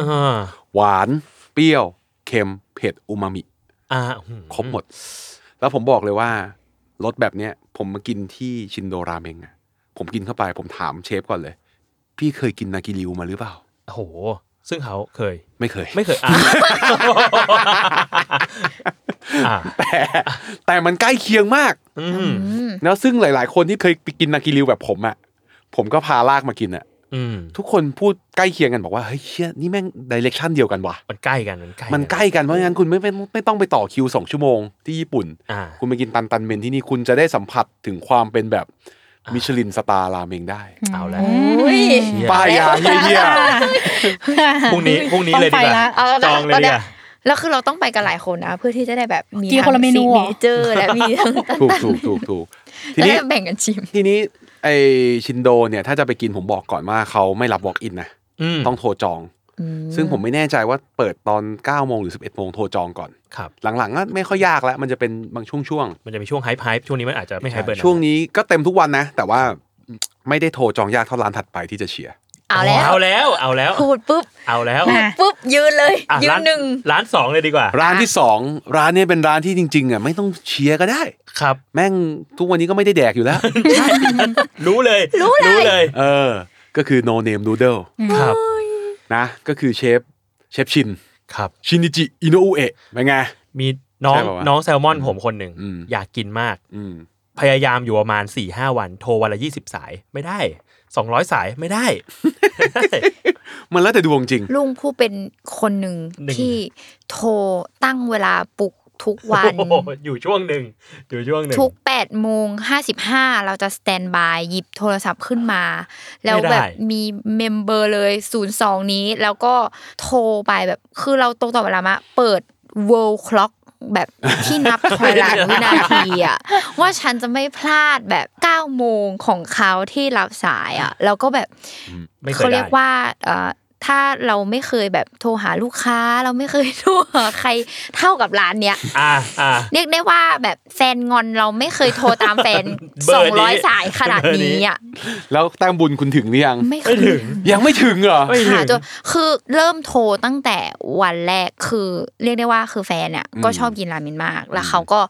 [SPEAKER 3] อ่า
[SPEAKER 5] ำหวาน เปรี้ยว เค็ม เผ็ด อูมามิ
[SPEAKER 3] อ่า
[SPEAKER 5] ครบหมด แล้วผมบอกเลยว่ารสแบบเนี้ย ผมมากินที่ชินโดราเมงอะผมกินเข้าไป ผมถามเชฟก่อนเลย พี่เคยกินนากิริวมาหรือเปล่า
[SPEAKER 3] โอ้โห ซึ่งเขาเคย
[SPEAKER 5] ไม่ เคย
[SPEAKER 3] ไม่เคย อ่าอ่า
[SPEAKER 5] แต่ แต่มันใกล้เคียงมาก
[SPEAKER 3] อื
[SPEAKER 2] อื
[SPEAKER 3] ม
[SPEAKER 2] ม
[SPEAKER 5] แล้วซึ่งหลาย ๆ คนที่เคยไปกินนากิริวแบบผมอะผมก็พาลากมากินอะ
[SPEAKER 3] อืม
[SPEAKER 5] ทุกคนพูดใกล้เคียงกันบอกว่าเฮ้ยเชี่ยนี่แม่งดิเรกชันเดียวกันว่ะ
[SPEAKER 3] มันใกล้กันมันใกล้
[SPEAKER 5] มันใกล้กันเพราะงั้นคุณไม่ไม่ไม่ต้องไปต่อคิวสองชั่วโมงที่ญี่ปุ่น
[SPEAKER 3] อ่า
[SPEAKER 5] คุณไปกินตันตันเมนที่นี่คุณจะได้สัมผัสถึงความเป็นแบบ
[SPEAKER 3] อ่ามิ
[SPEAKER 5] มิชลินสตาร์ราเมงได้
[SPEAKER 3] เอาแล้ว
[SPEAKER 2] โอ้ย
[SPEAKER 3] เหี้ย
[SPEAKER 5] ป้ายยาเยี่ย
[SPEAKER 3] พรุ่ งนี้พรุ่งนี้เลยดีกว่า
[SPEAKER 4] ต้องไปละ
[SPEAKER 2] เอาแล้วนะ
[SPEAKER 3] จองเลยดีกว่า
[SPEAKER 2] แล้วคือเราต้องไปกันหลายคนนะ เพื่อที่จะได้แบบมี
[SPEAKER 4] กินคนละเมนูเหรอ
[SPEAKER 2] ซิกเจอร์และมีทั้ง
[SPEAKER 5] ๆถูกถูกถูกถูกที
[SPEAKER 2] แล้ว
[SPEAKER 5] นี้
[SPEAKER 2] แบ่งกันชิม
[SPEAKER 5] ทีนี้ไอชินโดเนี่ยถ้าจะไปกินผมบอกก่อนว่าเขาไม่รับ walk in นะ
[SPEAKER 3] อืม
[SPEAKER 5] ต้องโทรจอง
[SPEAKER 2] อื
[SPEAKER 5] ซึ่งผมไม่แน่ใจว่าเปิดตอน9โมงหรือ 11โมงโทรจองก่อน
[SPEAKER 3] ครับ
[SPEAKER 5] หลังๆก็ไม่ค่อยยากแล้ว มันจะเป็นบางช่วง
[SPEAKER 3] มันจะมีช่วงไฮไฮช่วงนี้มันอาจจะ
[SPEAKER 5] ๆ
[SPEAKER 3] ไม่ไฮเบิร์
[SPEAKER 5] ช่วงนี้ก็เต็มทุกวันนะ แต่ว่าไม่ได้โทรจองยากเท่าร้านถัดไปที่จะเชียร์
[SPEAKER 2] เอาแล้ว
[SPEAKER 3] เอาแล้วเอาแล้ว
[SPEAKER 2] พูดปุ๊บ
[SPEAKER 3] เอาแล้ว
[SPEAKER 4] มา
[SPEAKER 2] ปุ๊บยืนเลย
[SPEAKER 3] อ่ะ
[SPEAKER 2] ยื
[SPEAKER 3] ร้าน
[SPEAKER 2] หนึ่ง
[SPEAKER 3] ร้านสองเลยดีกว่า
[SPEAKER 5] ร้านที่สองร้านเนี้เป็นร้านที่จริง ๆอ่ะไม่ต้องเชียร์ก็ได้
[SPEAKER 3] ครับ
[SPEAKER 5] แม่งทุกวันนี้ก็ไม่ได้แดกอยู่แล้ว
[SPEAKER 3] รู้เลยรู้เลย
[SPEAKER 5] เออ ก็คือ no name noodle
[SPEAKER 3] ครับ
[SPEAKER 5] นะก็คือเชฟเชฟชิน
[SPEAKER 3] ครับ
[SPEAKER 5] ชินิจิอิโนอุเอะเป็นไง
[SPEAKER 3] มีน้อง
[SPEAKER 5] ใช่ปะวะ
[SPEAKER 3] น้องแซลมอนผมคนหนึ่ง
[SPEAKER 5] อืม
[SPEAKER 3] อยากกินมาก
[SPEAKER 5] อืม
[SPEAKER 3] พยายามอยู่ประมาณ4ี่ห้าวันโทรวันละยี่สิบสายไม่ได้สองร้อยสายไม่ได้
[SPEAKER 5] มันแล้วแต่ดวงจริง
[SPEAKER 2] ลุงผู้เป็นคนหนึ่ง
[SPEAKER 3] หนึ่ง
[SPEAKER 2] ที่โทรตั้งเวลาปลุกทุกวัน
[SPEAKER 3] โอ้โหอยู่ช่วงหนึ่งอยู่ช่วงหนึ่ง
[SPEAKER 2] ทุก8โมง55 เราจะสแตนบายหยิบโทรศัพท์ขึ้นมา แล้ว
[SPEAKER 3] ไม่ได้
[SPEAKER 2] แบบมีเมมเบอร์เลย 02 นี้แล้วก็โทรไปแบบคือเราตรงต่อเวลามะเปิด world clock แบบที่นับถอยหลังวินาที อะว่าฉันจะไม่พลาดแบบ9โมงของเขาที่รับสายอะแล้วก็แบบ
[SPEAKER 3] ไม่เค
[SPEAKER 2] เขา
[SPEAKER 3] ย
[SPEAKER 2] เรี
[SPEAKER 3] ได้
[SPEAKER 2] ยกว่าเอ่อถ้าเราไม่เคยแบบโทรหาลูกค้า เราไม่เคยโทรหาใครเท่ากับร้านเนี้ย
[SPEAKER 3] อ่าอ่า
[SPEAKER 2] เรียกได้ว่าแบบแฟนงอนเราไม่เคยโทรตามแฟน
[SPEAKER 3] เบอร์นี้
[SPEAKER 2] 200 สายขนาดนี้อ่ะ
[SPEAKER 5] แล้วแต้มบุญคุณถึงหรือยัง
[SPEAKER 2] ไม่เค
[SPEAKER 3] ไม่
[SPEAKER 2] ย
[SPEAKER 3] ถึง
[SPEAKER 5] ยังไม่ถึงเหรอ
[SPEAKER 3] ไม่ถึ
[SPEAKER 2] ค่ะ
[SPEAKER 3] ง
[SPEAKER 2] จนคือเริ่มโทรตั้งแต่วันแรกคือเรียกได้ว่าคือแฟนเนี่ย
[SPEAKER 5] อืม
[SPEAKER 2] ก็ชอบกินราเมนมาก แล้วเขาก็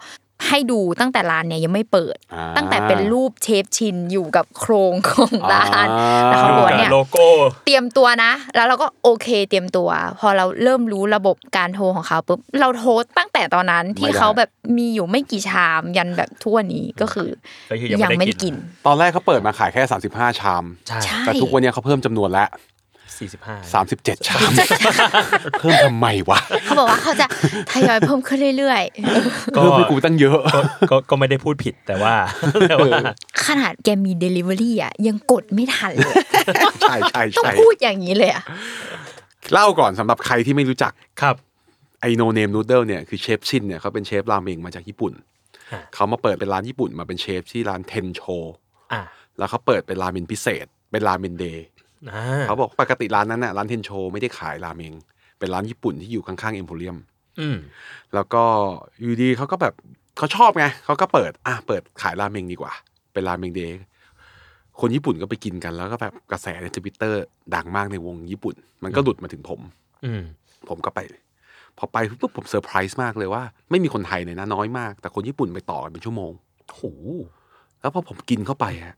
[SPEAKER 2] ให้ดูตั้งแต่ร้านเนี่ยยังไม่เปิด
[SPEAKER 5] อ่า
[SPEAKER 2] ตั้งแต่เป็นรูปเชฟชินอยู่กับโครงของร้าน แล้วเขาบอกว่าเนี่ย
[SPEAKER 3] โลโก้
[SPEAKER 2] เตรียมตัวนะ แล้วเราก็โอเคเตรียมตัว พอเราเริ่มรู้ระบบการโทรของเขาปุ๊บเราโทรตั้งแต่ตอนนั้นที่เขาแบบมีอยู่ไม่กี่ชามยันแบบทั่วนี้ก็คือ
[SPEAKER 3] ก็คือยังไม่ได้กิน
[SPEAKER 5] ตอนแรกเขาเปิดมาขายแค่ 35 ชาม
[SPEAKER 3] ใช่
[SPEAKER 2] ใช่
[SPEAKER 5] แต่ทุกวันเนี้ยเขาเพิ่มจำนวนแล้ว
[SPEAKER 3] สี่สิบห้า
[SPEAKER 5] 37 ชาม เพิ่มทำไมวะ
[SPEAKER 2] เขาบอกว่าเขาจะ ทยอยเพิ่มขึ้นเรื่อย
[SPEAKER 3] ก็
[SPEAKER 5] เพิ่มให้กูตั้งเยอะ
[SPEAKER 3] ก็ก็ไม่ได้พูดผิดแต่ว่า แต่ว่า
[SPEAKER 2] ๆ ขนาดแกมี Delivery อ่ะยังกดไม่ทัน เลย
[SPEAKER 5] ใช่ใช่
[SPEAKER 2] ต้อง
[SPEAKER 5] ใช่
[SPEAKER 2] พูดอย่างนี้เลยอ่ะ
[SPEAKER 5] เล่าก่อนสำหรับใครที่ไม่รู้จัก
[SPEAKER 3] ครับ
[SPEAKER 5] ไอโนเนมนูเดิลเนี่ยคือเชฟชินเนี่ยเขาเป็นเชฟราเมงมาจากญี่ปุ่น
[SPEAKER 3] ฮะ
[SPEAKER 5] เขามาเปิดเป็นร้านญี่ปุ่นมาเป็นเชฟที่ร้านเทนโช
[SPEAKER 3] อ่า
[SPEAKER 5] แล้วเขาเปิดเป็นราเมนพิเศษ เป็นราเมนเดย์
[SPEAKER 3] อ่า
[SPEAKER 5] เขาบอกปกติร้านนั้นน่ะร้านเทนโชไม่ได้ขายราเมง เป็นร้านญี่ปุ่นที่อยู่ข้างๆเอ็มโพเรียม
[SPEAKER 3] อืม
[SPEAKER 5] แล้วก็อยู่ดีเขาก็แบบเขาชอบไงเขาก็เปิดอ่ะเปิดขายราเมงดีกว่า เป็นราเมงเดย์ คนญี่ปุ่นก็ไปกินกันแล้วก็แบบกระแสในทวิตเตอร์ดังมากในวงญี่ปุ่น มันก็หลุดมาถึงผม
[SPEAKER 3] อืม
[SPEAKER 5] ผมก็ไป พอไปปุ๊บผมเซอร์ไพรส์มากเลยว่า ไม่มีคนไทยเลยนะน้อยมาก แต่คนญี่ปุ่นไปต่อกันเป็นชั่วโมงโหแล้วพอผมกินเข้าไปฮะ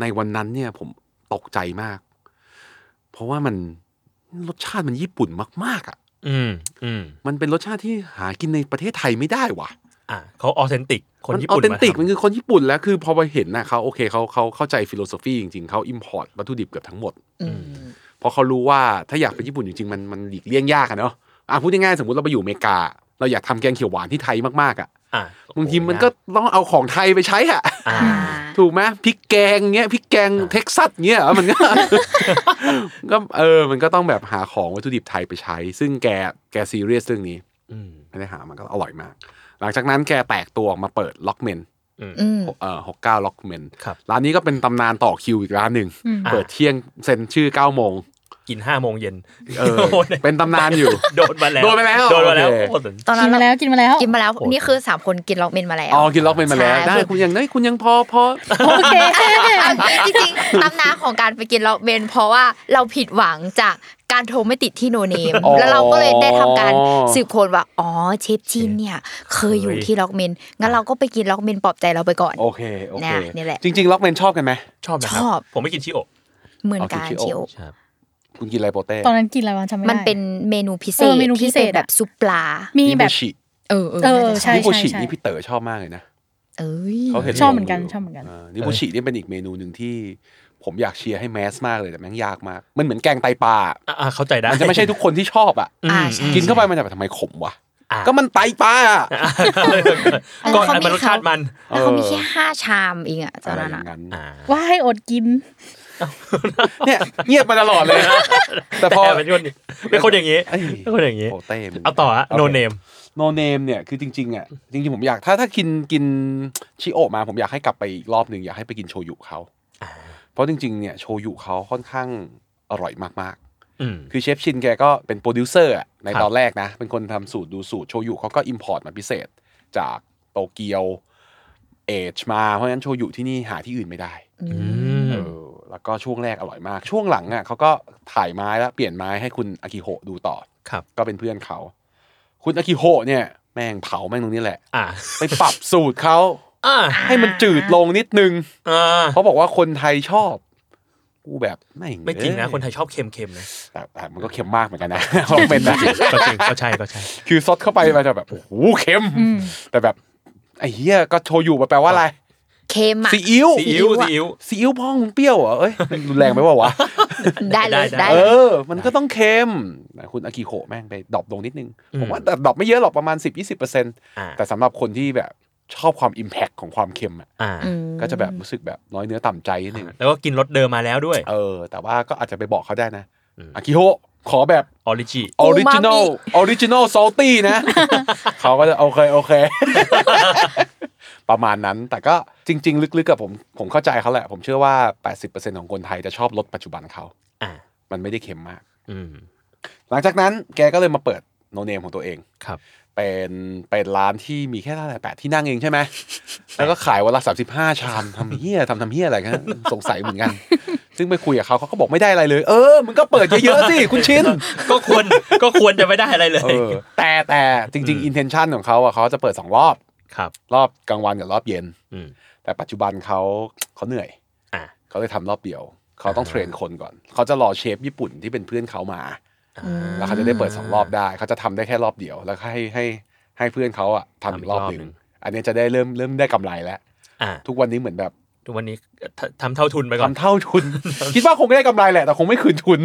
[SPEAKER 5] ในวันนั้นเนี่ยผมตกใจมาก เพราะว่ามันรสชาติมันญี่ปุ่นมากๆอ่ะ
[SPEAKER 3] อืมอืม
[SPEAKER 5] มันเป็นรสชาติที่หากินในประเทศไทยไม่ได้ว่ะ
[SPEAKER 3] อ่ะเขาออเทนติก คนญี่ปุ่น
[SPEAKER 5] มัออเทนติก
[SPEAKER 3] มา
[SPEAKER 5] มั
[SPEAKER 3] ทำ
[SPEAKER 5] นคือคนญี่ปุ่นแล้วคือพอไปเห็นนะเขาโอเคเขาเขาเข้าใจฟิโลโซฟีจริงๆเขาอิมพอร์ตวัตถุดิบเกือบทั้งหมด
[SPEAKER 2] อืม
[SPEAKER 5] เพราะเขารู้ว่าถ้าอยากไปญี่ปุ่นจริงๆมันมันหลีกเลี่ยงยากอะเนาะอ่ะพูดง่ายๆสมมติเราไปอยู่อเมริกา เราอยากทำแกงเขียวหวานที่ไทยมากๆอ่ะ
[SPEAKER 3] อ่ะ
[SPEAKER 5] บางทีมันก็ต้องเอาของไทยไปใช้อ่ะ
[SPEAKER 3] อ่า
[SPEAKER 2] อ่า
[SPEAKER 5] ถูกไหมพริกแกงเงี้ยพริกแกง
[SPEAKER 3] อ่า
[SPEAKER 5] เท็กซัสเงี้ยเหรอมันก็ ก็เออมันก็ต้องแบบหาของวัตถุดิบไทยไปใช้ ซึ่งแกแกซีเรียสเรื่องนี้
[SPEAKER 3] อืม
[SPEAKER 5] ไม่ได้หามันก็อร่อยมาก หลังจากนั้นแกแตกตัวออกมาเปิดล็อกเมน
[SPEAKER 3] อืม
[SPEAKER 2] อืม
[SPEAKER 5] เอ่อหกเก้าล็อกเมน
[SPEAKER 3] ครับ
[SPEAKER 5] ร้านนี้ก็เป็นตำนานต่อคิวอีกร้านหนึ่ง
[SPEAKER 4] อืม
[SPEAKER 3] อ่ะ
[SPEAKER 5] เปิดเที่ยงเซ็นชื่อ9ก้าโมง
[SPEAKER 3] กินห้าโมงเย็น
[SPEAKER 5] เออ
[SPEAKER 3] โดน
[SPEAKER 5] เป็นตำนานอยู่
[SPEAKER 3] โดนมาแล้ว
[SPEAKER 5] โดนไปแล้ว
[SPEAKER 3] โดนมาแล้ว
[SPEAKER 5] โอเค
[SPEAKER 3] โอ้โห
[SPEAKER 2] ตอน
[SPEAKER 4] กิ
[SPEAKER 2] นั้น น
[SPEAKER 4] มา
[SPEAKER 2] เรา
[SPEAKER 4] แล้วกินมาแล้ว
[SPEAKER 2] กินมาแล้ว
[SPEAKER 3] โอ้โห
[SPEAKER 2] นี่คือสามคนกินล็อกเมนมาแล้ว
[SPEAKER 5] อ๋อกินล็อกเมนมาแล้ว
[SPEAKER 2] ใช่
[SPEAKER 5] ได้คุณยังได้ยคุณยังพอพอ
[SPEAKER 4] โอเค
[SPEAKER 2] เอา จริงๆตำนานของการไปกินล็อกเมนเพราะว่าเราผิดหวังจากการโทรไม่ติดที่โนเนม
[SPEAKER 5] อ๋อ
[SPEAKER 2] แล้วเราก็เลยได้ทำการสืบค้นว่า อ๋อเชฟจีนเนี่ย เคยอยู่ที่ล็อกเมน งั้นเราก็ไปกินล็อกเมนปลอบใจเราไปก่อน
[SPEAKER 5] โอเคโอเค
[SPEAKER 2] เนี่ยนี่แหละ
[SPEAKER 5] จริง ๆ ล็อกเมนชอบกันไหม
[SPEAKER 3] ชอบนะครั
[SPEAKER 2] ชอบ
[SPEAKER 3] บ ผมไม่กินชิโอะ
[SPEAKER 2] เหมือนกัน
[SPEAKER 5] เอาคิ
[SPEAKER 2] ชิ
[SPEAKER 5] ด
[SPEAKER 2] โอ
[SPEAKER 5] โอ คุณกินอะไรโปเต้
[SPEAKER 4] ตอนนั้นกินอะไรวะจำไม่ได้
[SPEAKER 2] มันเป็นเมนูพิเศ
[SPEAKER 4] เอ
[SPEAKER 2] ษ
[SPEAKER 4] อเมนูพิเศ
[SPEAKER 2] ที่
[SPEAKER 4] ษ
[SPEAKER 2] ป็แบบ
[SPEAKER 4] อะ
[SPEAKER 2] ซุปปลา
[SPEAKER 4] มีแบบ
[SPEAKER 5] นิโบชิ
[SPEAKER 2] เออ
[SPEAKER 4] เออ
[SPEAKER 2] น่าจะ
[SPEAKER 4] ใช่
[SPEAKER 5] นิโบชิ
[SPEAKER 4] ใช่
[SPEAKER 5] นี่พี่เต๋อชอบมากเลยนะ
[SPEAKER 2] เอ้ย
[SPEAKER 5] เขาเห็น
[SPEAKER 4] ชอบเหมือนกัน
[SPEAKER 5] ลงยู่
[SPEAKER 4] ชอบเหมือนกัน
[SPEAKER 5] นิโบชินี่เป็นอีกเมนูหนึ่งที่ ผมอยากเชียร์ให้แมสมากเลยแต่แม่งยากมาก มันเหมือนแกงไตปลา
[SPEAKER 3] อ่ะอ่ะเข้าใจได้
[SPEAKER 5] มันจะไม่ใช่ทุกคนที่ชอบอ่ะ
[SPEAKER 2] อ่าใช่
[SPEAKER 5] กินเข้าไปมันจะแบบทำไมขมวะ
[SPEAKER 3] อ่ะ
[SPEAKER 5] ก็มันไตปลาอ่ะ
[SPEAKER 3] อ่ะ ก่อนอันมันรสชาติมัน
[SPEAKER 2] แล้วเขามีแค่ห้าชามเองอะตอ
[SPEAKER 5] อะ
[SPEAKER 2] นนั้น
[SPEAKER 5] ไรอย่า
[SPEAKER 2] อะ
[SPEAKER 5] งนั้น
[SPEAKER 3] อ่า
[SPEAKER 4] ว่าให้อดกิน
[SPEAKER 5] เนี่ยเงียบมาตลอดเลยนะ แต่พอ
[SPEAKER 3] แต่เป็นคนเป็นคนอย่างนี้
[SPEAKER 5] เอ้ย
[SPEAKER 3] เป็นคนอย่างนี้
[SPEAKER 5] โอ้เต้มัน
[SPEAKER 3] เอาต่อฮะโนเนม
[SPEAKER 5] โนเนมเนี่ยคือจริงๆอ่ะจริงๆผมอยากถ้าถ้ากินกินชิโอะมาผมอยากให้กลับไปอีกรอบหนึ่งอยากให้ไปกินโชยุเขา
[SPEAKER 3] อ่า
[SPEAKER 5] เพราะจริงๆเนี่ยโชยุเขาค่อนข้างอร่อยมาก
[SPEAKER 3] อืม
[SPEAKER 5] ๆ คือเชฟชินแกก็เป็นโปรดิวเซอร์อะใน
[SPEAKER 3] ครับ
[SPEAKER 5] ตอนแรกนะ เป็นคนทำสูตรดูสูตรโชยุเขาก็อิมพอร์ตมาพิเศษจากโตเกียวเอชมาเพราะฉะนั้นโชยุที่นี่หาที่อื่นไม่ได้
[SPEAKER 2] อื
[SPEAKER 3] อื
[SPEAKER 2] ม
[SPEAKER 3] ม
[SPEAKER 5] เออแล้วก็ช่วงแรกอร่อยมาก ช่วงหลังอ่ะเขาก็ถ่ายไม้แล้วเปลี่ยนไม้ให้คุณอากิโฮะดูต่อ
[SPEAKER 3] ครับ
[SPEAKER 5] ก็เป็นเพื่อนเขา คุณอากิโฮะเนี่ยแม่งเผาแม่งตรงนี้แหละ
[SPEAKER 3] อ่า
[SPEAKER 5] ไปปรับสูตรเขา
[SPEAKER 3] อ่า
[SPEAKER 5] ให้มันจืดลงนิดนึง
[SPEAKER 3] อ่า
[SPEAKER 5] เขาบอกว่าคนไทยชอบกูแบบไม่ง
[SPEAKER 3] ไม่จริงนะ
[SPEAKER 5] เอ้ย
[SPEAKER 3] คนไทยชอบเค็มๆนะ
[SPEAKER 5] แต่แต่มันก็เค็มมากเหมือนกันนะ ลองเป็นนะ
[SPEAKER 3] ก็จริงก็ใช่ก็ใช่
[SPEAKER 5] คือซดเข้าไปมันจะแบบโอ้โหเค็ม
[SPEAKER 4] อืม
[SPEAKER 5] แต่แบบไอ้เหี้ยก็โชยุมันแปลว่าอะไร
[SPEAKER 2] เค็มอะ
[SPEAKER 5] ซีอิ๊ว
[SPEAKER 3] ซีอิ๊ว
[SPEAKER 2] ซี
[SPEAKER 3] ซี
[SPEAKER 2] อิ๊
[SPEAKER 3] อิ๊ว
[SPEAKER 2] ว
[SPEAKER 5] ซีอิ๊วพองมึงเปรี้ยวเหรอเอ้ยมันรุนแรงไปเปล่าวะ
[SPEAKER 2] ได้เลย
[SPEAKER 3] ได้
[SPEAKER 2] ได้
[SPEAKER 5] เอ
[SPEAKER 2] เลย
[SPEAKER 5] อ มันก็ต้องเค็มแต่คุณอากิโขแม่งไปดรอปลงนิดนึง
[SPEAKER 3] อืม
[SPEAKER 5] ผมว่าแต่ดรอปไม่เยอะหรอกประมาณ 10 20เปอร์เซ็นต์
[SPEAKER 3] อ่า
[SPEAKER 5] แต่สำหรับคนที่แบบชอบความอิมแพคของความเค็มอะ
[SPEAKER 3] อ่า
[SPEAKER 2] อืม
[SPEAKER 5] ก็จะแบบรู้สึกแบบน้อยเนื้อต่ำใจนิดนึง
[SPEAKER 3] แล้วก็กินรสเดิมมาแล้วด้วย
[SPEAKER 5] เออ แต่ว่าก็อาจจะไปบอกเขาได้นะ
[SPEAKER 3] อืม
[SPEAKER 5] อากิโฮะขอแบบ
[SPEAKER 3] ออริจิ
[SPEAKER 5] ออริจินอลออริจินอลซอลตี้นะ เขาก็จะโอเค โอเค ประมาณนั้นแต่ก็จริง ๆ ลึกๆกับผมผมเข้าใจเขาแหละ ผมเชื่อว่า 80%ของคนไทยจะชอบรสปัจจุบันเขา
[SPEAKER 3] อ่า
[SPEAKER 5] มันไม่ได้เค็มมาก
[SPEAKER 3] อืม
[SPEAKER 5] หลังจากนั้นแกก็เลยมาเปิดโนเนมของตัวเอง
[SPEAKER 3] ครับ
[SPEAKER 5] เป็นเป็นร้านที่มีแค่เท่าไหร่แปดที่นั่งเองใช่ไหม แล้วก็ขายวันละสามสิบห้าชามทำเฮียทำทำเฮียอะไรกัน สงสัยเหมือนกัน ซึ่งไปคุยกับเขาเขาก็บอกไม่ได้อะไรเลย เออมึงก็เปิดเยอะๆสิ คุณชิน
[SPEAKER 3] ก็ควรก็ควรจะไม่ได้อะไรเล
[SPEAKER 5] เอย อแต่แต่จริง
[SPEAKER 3] อื
[SPEAKER 5] ๆ
[SPEAKER 3] ม
[SPEAKER 5] อินเทนชันของเขาอะเขาจะเปิดสองรอบ
[SPEAKER 3] ครับ
[SPEAKER 5] รอบกลางวันกับรอบเย็น
[SPEAKER 3] อืม
[SPEAKER 5] แต่ปัจจุบันเขาเขาเหนื่อย
[SPEAKER 3] อ่า
[SPEAKER 5] เขาเลยทำรอบเดียว เขาต้อง
[SPEAKER 3] อ่า
[SPEAKER 5] เทรนคนก่อน เขาจะรอเชฟญี่ปุ่นที่เป็นเพื่อนเขามา
[SPEAKER 3] อ่า
[SPEAKER 5] แล้วเขาจะได้เปิดสองรอบได้ เขาจะทำได้แค่รอบเดียว แล้วก็ให้ให้ให้เพื่อนเขาอ่ะทำอีกรอบหนึ่ง
[SPEAKER 3] ทำอีกรอบหนึ่ง
[SPEAKER 5] อันเนี้ยจะได้เริ่มเริ่มได้กำไรแล้ว
[SPEAKER 3] อ่า
[SPEAKER 5] ทุกวันนี้เหมือนแบบ
[SPEAKER 3] ทุกวันนี้ทำทำเท่าทุนไปก่อน
[SPEAKER 5] ทำเท่าทุน คิดว่าคงได้กำไรแหละ แต่คงไม่คืนทุน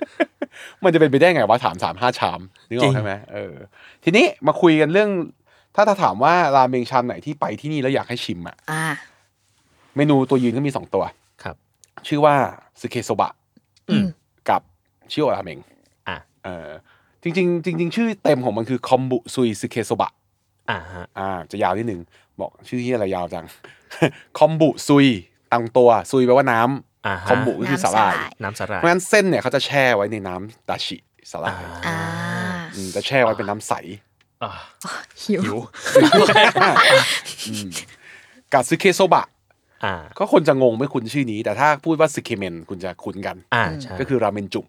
[SPEAKER 5] มันจะเป็นไปได้ไงว่าถามสามห้าชามนึกออก
[SPEAKER 3] จริ
[SPEAKER 5] ใช่
[SPEAKER 3] ง
[SPEAKER 5] ไหมเออ ทีนี้มาคุยกันเรื่อง ถ้าถ้าถามว่าราเมงชามไหนที่ไปที่นี่แล้วอยากให้ชิมอ่ะ
[SPEAKER 2] อ่า
[SPEAKER 5] เมนูตัวยืนก็มีสองตัว
[SPEAKER 3] ครับ
[SPEAKER 5] ชื่อว่าซึเคโซบะ
[SPEAKER 3] อืม
[SPEAKER 5] กับชิโอราเมง
[SPEAKER 3] อ่ะ
[SPEAKER 5] เออจริงๆจริง ๆ ชื่อเต็มของมันคือคอมบุซุยซึเคโซบะ
[SPEAKER 3] อ่าฮะ
[SPEAKER 5] อ่าจะยาวนิดหนึ่งบอกชื่อที่อะไรยาวจัง คอมบุซุยตังตัวซุยแปลว่าน้ำ
[SPEAKER 3] อ่าฮะ
[SPEAKER 5] คอมบุก็คือสาหร่าย
[SPEAKER 2] น้ำสาหร่าย
[SPEAKER 3] น้ำสาหร่าย
[SPEAKER 5] เพราะฉะนั้นเส้นเนี่ยเขาจะแช่ไว้ในน้ำดาชิสาหร่าย
[SPEAKER 2] อ่า
[SPEAKER 5] อืมจะแช่ไว้เป็นน้ำใส
[SPEAKER 3] อ่า
[SPEAKER 2] หิว
[SPEAKER 3] หิว
[SPEAKER 5] อืมกับซึเคโซบะ
[SPEAKER 3] อ่า
[SPEAKER 5] ก็คนจะงงไม่คุ้นชื่อนี้ แต่ถ้าพูดว่าสเคเมนคุณจะคุ้นกัน
[SPEAKER 3] อ่าใช่
[SPEAKER 5] ก็คือราเมนจุ่ม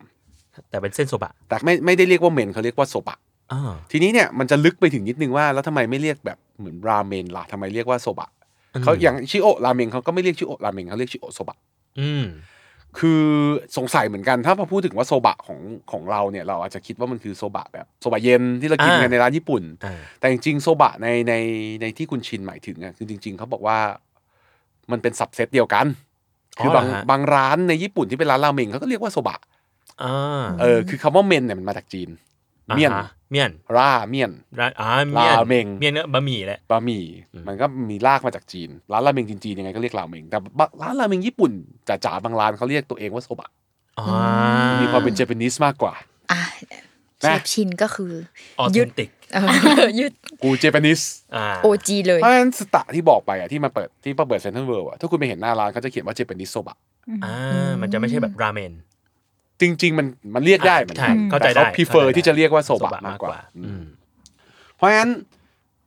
[SPEAKER 3] แต่เป็นเส้นโซบะ
[SPEAKER 5] แต่ไม่ไม่ได้เรียกว่าเมนเขาเรียกว่าโซบะ
[SPEAKER 3] อ่า
[SPEAKER 5] ทีนี้เนี่ยมันจะลึกไปถึงนิดนึงว่าแล้วทำไมไม่เรียกแบบเหมือนราเมนล่ะทำไมเรียกว่าโซบะเขาอย่างชิโอะราเมงเขาก็ไม่เรียกชิโอะราเมงเขาเรียกชิโอะโซบะ
[SPEAKER 3] อืม
[SPEAKER 5] คือสงสัยเหมือนกันถ้ามาพูดถึงว่าโซบะของของเราเนี่ยเราอาจจะคิดว่ามันคือโซบะแบบโซบะเย็นที่เรากิน
[SPEAKER 3] อ่า
[SPEAKER 5] กันในร้านญี่ปุ่น
[SPEAKER 3] อ่า
[SPEAKER 5] แต่จริงๆโซบะในในในที่คุณชินหมายถึงอะคือจริง ๆเขาบอกว่ามันเป็นสับเซตเดียวกัน คือบาง
[SPEAKER 3] เหรฮะ
[SPEAKER 5] บางร้านในญี่ปุ่นที่เป็นร้านราเมงเขาก็เรียกว่าโซบะ
[SPEAKER 3] อ่า
[SPEAKER 5] เออคือคำว่าเมนเนี่ยมันมาจากจีน เมี่ยน
[SPEAKER 3] อ่าฮะเมียน
[SPEAKER 5] ราเมี่ยน
[SPEAKER 3] ร้านอ่าเมียน
[SPEAKER 5] ราเมง
[SPEAKER 3] เมียนเนื้อบะหมี่แหละ
[SPEAKER 5] บะหมี่
[SPEAKER 3] อืม
[SPEAKER 5] มันก็มีลากมาจากจีน ร้านราเมงจีนๆยังไงก็เรียกราเมงแต่บะร้านราเมงญี่ปุ่นจ๋าๆบางร้านเขาเรียกตัวเองว่าโซบะ
[SPEAKER 3] อ่า
[SPEAKER 5] มีความเป็นเจแปนิสมากกว่า
[SPEAKER 2] อ่ะเชฟชินก็คือ
[SPEAKER 3] ออเทนติก
[SPEAKER 2] เออ ยึด
[SPEAKER 5] กูเจแปนิส
[SPEAKER 3] อ่า
[SPEAKER 2] โอจีเลย
[SPEAKER 5] เพราะฉะนั้นสตะที่บอกไปอ่ะที่มาเปิดที่มาเปิดเซ็นทรัลเวิลด์อ่ะถ้าคุณไปเห็นหน้าร้านเขาจะเขียนว่าเจแปนิสโซบะ
[SPEAKER 3] อ่ามันจะไม่ใช่แบบราเมน
[SPEAKER 5] จริง ๆ มันมันเรียกได้เหมือน
[SPEAKER 3] ใช่
[SPEAKER 5] กัน
[SPEAKER 3] เข้าใจ
[SPEAKER 5] แต่
[SPEAKER 3] ได้
[SPEAKER 5] เขาพิเฟอร์ที่จะเรียกว่าโซบะมากกว่า
[SPEAKER 3] อืม
[SPEAKER 5] เพราะฉะนั้น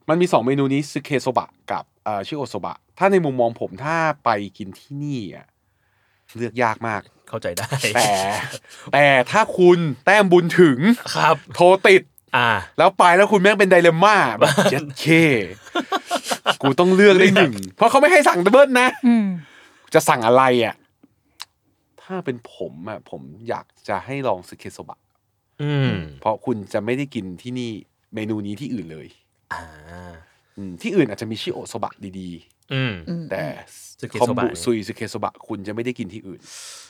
[SPEAKER 5] มันมี 2 เมนูนี้ซึเคโซบะกับเอ่อชิโอโซบะ ถ้าในมุมมองผมถ้าไปกินที่นี่อ่ะเลือกยากมาก
[SPEAKER 3] เข้าใจได้
[SPEAKER 5] แต่แต่ถ้าคุณแต้มบุญถึง
[SPEAKER 3] ครับ
[SPEAKER 5] โทรติด
[SPEAKER 3] อ่า
[SPEAKER 5] แล้วไปแล้วคุณแม่งเป็นไดเลม่า แบบเจ็ดเค กูต้องเลือกได้หนึ่งเพราะเขาไม่ให้สั่งดับเบิลนะ
[SPEAKER 4] อืม
[SPEAKER 5] จะสั่งอะไรอ่ะ ถ้าเป็นผมอ่ะผมอยากจะให้ลองสึเคโซบะ
[SPEAKER 3] อืม
[SPEAKER 5] เพราะคุณจะไม่ได้กินที่นี่เมนูนี้ที่อื่นเลย
[SPEAKER 3] อ่า
[SPEAKER 5] อืมที่อื่นอาจจะมีชิโอะโซบะดี
[SPEAKER 3] อืม
[SPEAKER 5] ๆ แต่
[SPEAKER 3] สึเค
[SPEAKER 5] คอม
[SPEAKER 3] โซบะ
[SPEAKER 5] บุซุยสึเคโซบะคุณจะไม่ได้กินที่อื่น